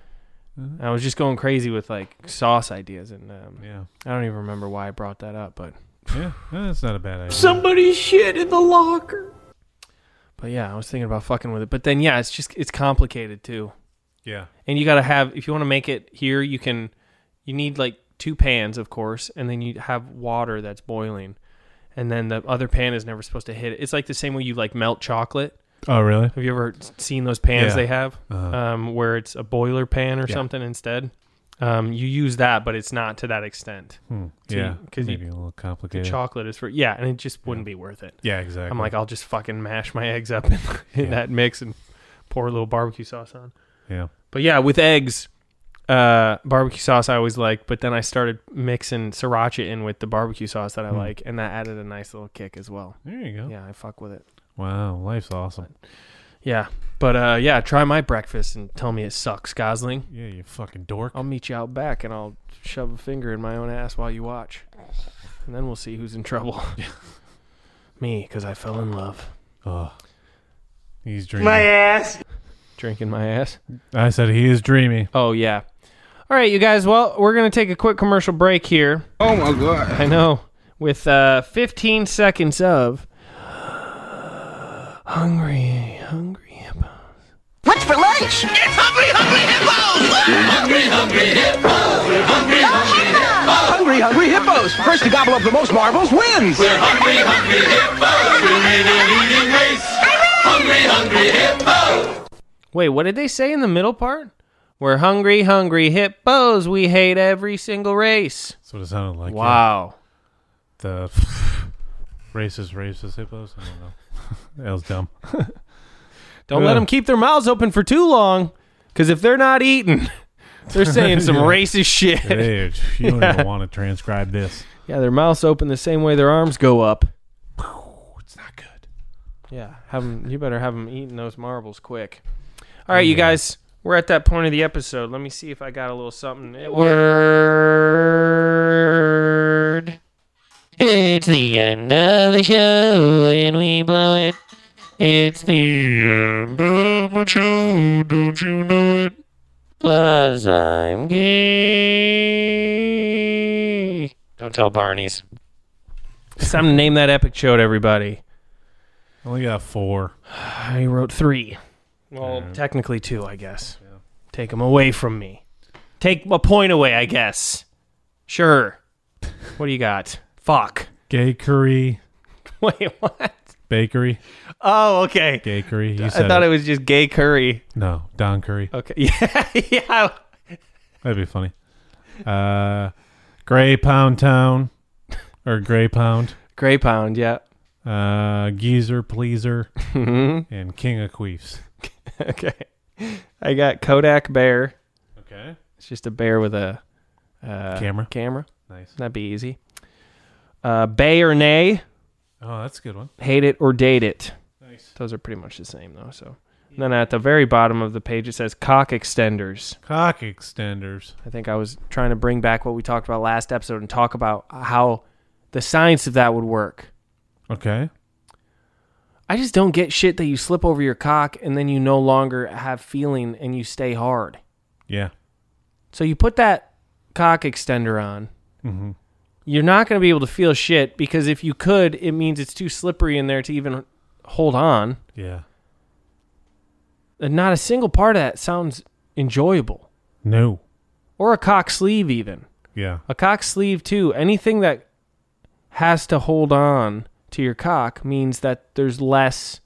B: I was just going crazy with like sauce ideas, and um,
C: yeah,
B: I don't even remember why I brought that up, but
C: yeah, no, that's not a bad idea.
B: somebody shit in the locker. But yeah, I was thinking about fucking with it, but then yeah, it's just it's complicated too.
C: Yeah.
B: and you gotta have if you want to make it here, you can you need like two pans, of course, and then you have water that's boiling, and then the other pan is never supposed to hit it. It's like the same way you like melt chocolate.
C: Oh, really?
B: Have you ever s- seen those pans
C: Yeah.
B: they have,
C: Uh-huh.
B: um, where it's a boiler pan or
C: Yeah.
B: something instead? Um, you use that, but it's not to that extent.
C: Hmm.
B: So
C: Yeah,
B: you- 'cause you-
C: maybe a little complicated.
B: The chocolate is for yeah, and it just wouldn't be worth it.
C: Yeah, exactly.
B: I'm like, uh, I'll just fucking mash my eggs up in, in
C: Yeah.
B: that mix and pour a little barbecue sauce on.
C: Yeah.
B: But yeah, with eggs, uh, barbecue sauce I always like, but then I started mixing sriracha in with the barbecue sauce that I
C: Hmm.
B: like, and that added a nice little kick as well.
C: There you go.
B: Yeah, I fuck with it.
C: Wow, life's awesome.
B: Yeah. But uh, yeah, try my breakfast and tell me it sucks, Gosling.
C: Yeah, you fucking dork.
B: I'll meet you out back and I'll shove a finger in my own ass while you watch. And then we'll see who's in trouble. Me, because I fell in love.
C: Oh, he's dreaming.
B: My ass. Drinking my ass.
C: I said he is dreamy.
B: Oh yeah. All right, you guys. Well, we're gonna take a quick commercial break here. Oh my god. I know. With uh, 15 seconds of hungry, hungry hippos.
J: What's for lunch? It's hungry, hungry hippos! Hungry, hungry hippos! We're hungry, hungry hippos!
M: Hungry, hungry hippos. First to gobble up the most marbles wins.
J: We're hungry, hungry hippos! We're in an eating race! Hungry, hungry hippos!
B: Wait, what did they say in the middle part? We're hungry, hungry hippos. We hate every single race.
C: That's what it sounded like. yeah.
B: Wow.
C: The racist, racist hippos. I don't know. that was dumb.
B: Don't 'em let them keep their mouths open for too long, because if they're not eating, they're saying some
C: Yeah.
B: racist shit.
C: Dude, you don't
B: Yeah.
C: even want to transcribe this.
B: Yeah, their mouths open the same way their arms go up. It's not good. Yeah, have 'em- You better have them eating those marbles quick. All right, you guys, we're at that point of the episode. Let me see if I got a little something. It-
J: Word.
N: It's the end of the show and we blow it. It's the end of the show, don't you know it? Plus, I'm gay. Don't tell Barney's.
B: It's time to name that epic show to everybody.
C: Only got four.
B: I wrote three. Well, technically two, I guess. Take them away from me. Take a point away, I guess. Sure. What do you got? Fuck.
C: Gay curry.
B: Wait, what?
C: Bakery.
B: Oh, okay.
C: Gay curry. You
B: I
C: said
B: thought it was just gay curry.
C: No, Don Curry.
B: Okay. Yeah. yeah.
C: That'd be funny. Uh, Gray Pound Town or Gray Pound.
B: Gray Pound, yeah.
C: Uh, Geezer Pleaser
B: Mhm.
C: and King of Queefs.
B: okay. I got Kodak Bear.
C: Okay.
B: It's just a bear with a uh,
C: Camera.
B: Camera.
C: Nice.
B: That'd be easy. Uh, bay or nay.
C: Oh, that's a good one.
B: Hate it or date it.
C: Nice.
B: Those are pretty much the same though. So. And then at the very bottom of the page it says cock extenders.
C: Cock extenders.
B: I think I was trying to bring back what we talked about last episode and talk about how the science of that would work.
C: Okay.
B: I just don't get shit that you slip over your cock and then you no longer have feeling and you stay hard.
C: Yeah.
B: So you put that cock extender on.
C: Mhm.
B: You're not going to be able to feel shit because if you could, it means it's too slippery in there to even hold on.
C: Yeah.
B: And not a single part of that sounds enjoyable.
C: No.
B: Or a cock sleeve, even.
C: Yeah.
B: A cock sleeve, too. Anything that has to hold on to your cock means that there's less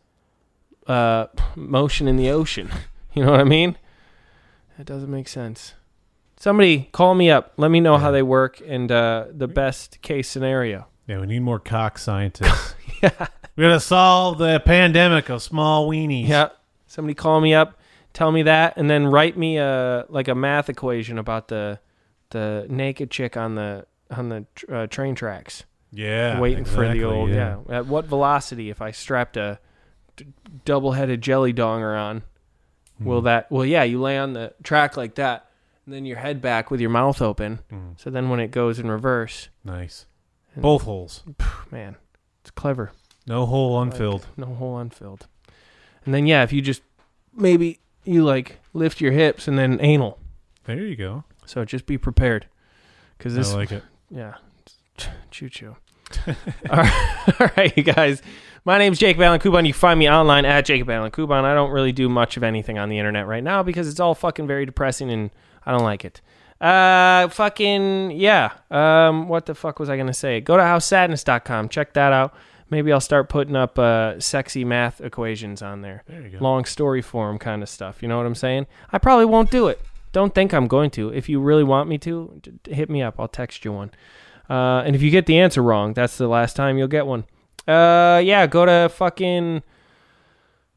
B: uh, motion in the ocean. You know what I mean? That doesn't make sense. Somebody call me up. Let me know how they work and uh, the best case scenario.
C: Yeah, we need more cock scientists. We're gonna solve the pandemic of small weenies.
B: Yeah. Somebody call me up, tell me that, and then write me a like a math equation about the the naked chick on the on the tr- uh, train tracks.
C: Yeah,
B: waiting for
C: exactly,
B: the old
C: yeah.
B: yeah. At what velocity? If I strapped a d- double-headed jelly donger on, will
C: Hmm.
B: that? Well, yeah, you lay on the track like that, and then your head back with your mouth open.
C: Hmm.
B: So then when it goes in reverse,
C: Nice. Both holes.
B: man, it's clever.
C: No hole unfilled.
B: No hole unfilled. And then yeah, if you just maybe you like lift your hips and then anal.
C: There you go.
B: So just be prepared, because
C: I
B: this
C: like it.
B: Yeah, choo choo. all, right, all right, you guys. My name's Jake Allen Kuban. You can find me online at Jacob Allen Kuban. I don't really do much of anything on the internet right now because it's all fucking very depressing and I don't like it. Uh, fucking yeah. Um, what the fuck was I gonna say? Go to howsadness.com. Check that out. Maybe I'll start putting up uh, sexy math equations on there.
C: There you go.
B: Long story form kind of stuff. You know what I'm saying? I probably won't do it. Don't think I'm going to. If you really want me to, d- d- hit me up. I'll text you one. Uh, and if you get the answer wrong, that's the last time you'll get one. Uh, yeah, go to fucking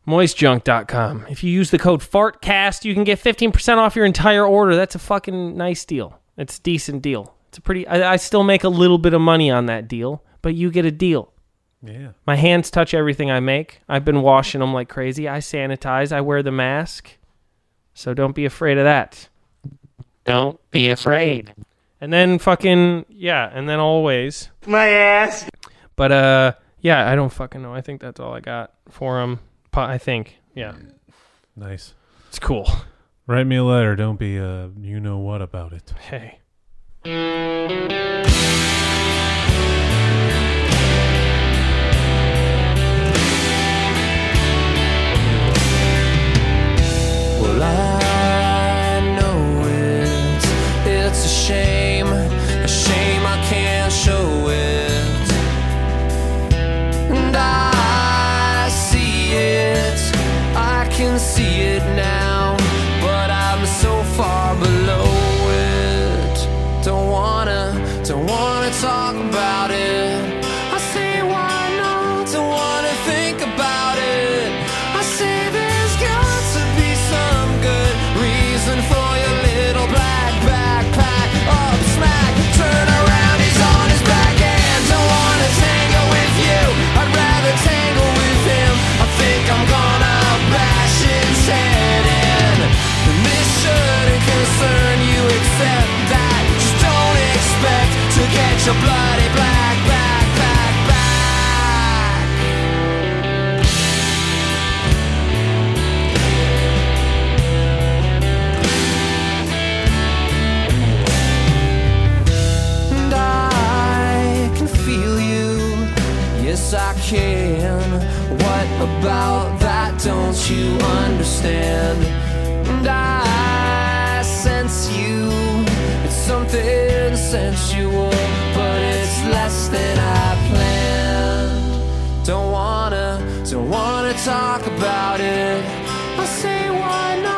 B: moistjunk.com. If you use the code FARTCAST, you can get 15% off your entire order. That's a fucking nice deal. It's a decent deal. It's a pretty, I, I still make a little bit of money on that deal, but you get a deal.
C: Yeah.
B: My hands touch everything I make. I've been washing them like crazy. I sanitize. I wear the mask. So don't be afraid of that.
N: Don't be afraid.
B: And then fucking, yeah, and then always.
A: My ass.
B: But uh, yeah, I don't fucking know. I think that's all I got for him. I think, yeah,
C: Nice.
B: it's cool.
C: Write me a letter. Don't be a you know what about it.
B: Hey.
A: Well, I know it. It's a shame, a shame I can't show it. And I see it, I can see it now, but I'm so far below it. Don't wanna, don't wanna talk about it. I say why not? Don't wanna think about it. I say there's got to be some good reason for your little black backpack. Up smack, turn around, he's on his back and don't wanna tangle with you. I'd rather tangle with him. I think I'm gonna bash his head in. And this shouldn't concern you, except that just don't expect to get your bloody black back. yes I can. What about that? Don't you understand? And I sense you. It's something sensual, but it's less than I planned. Don't wanna, don't wanna talk about it. I say why not?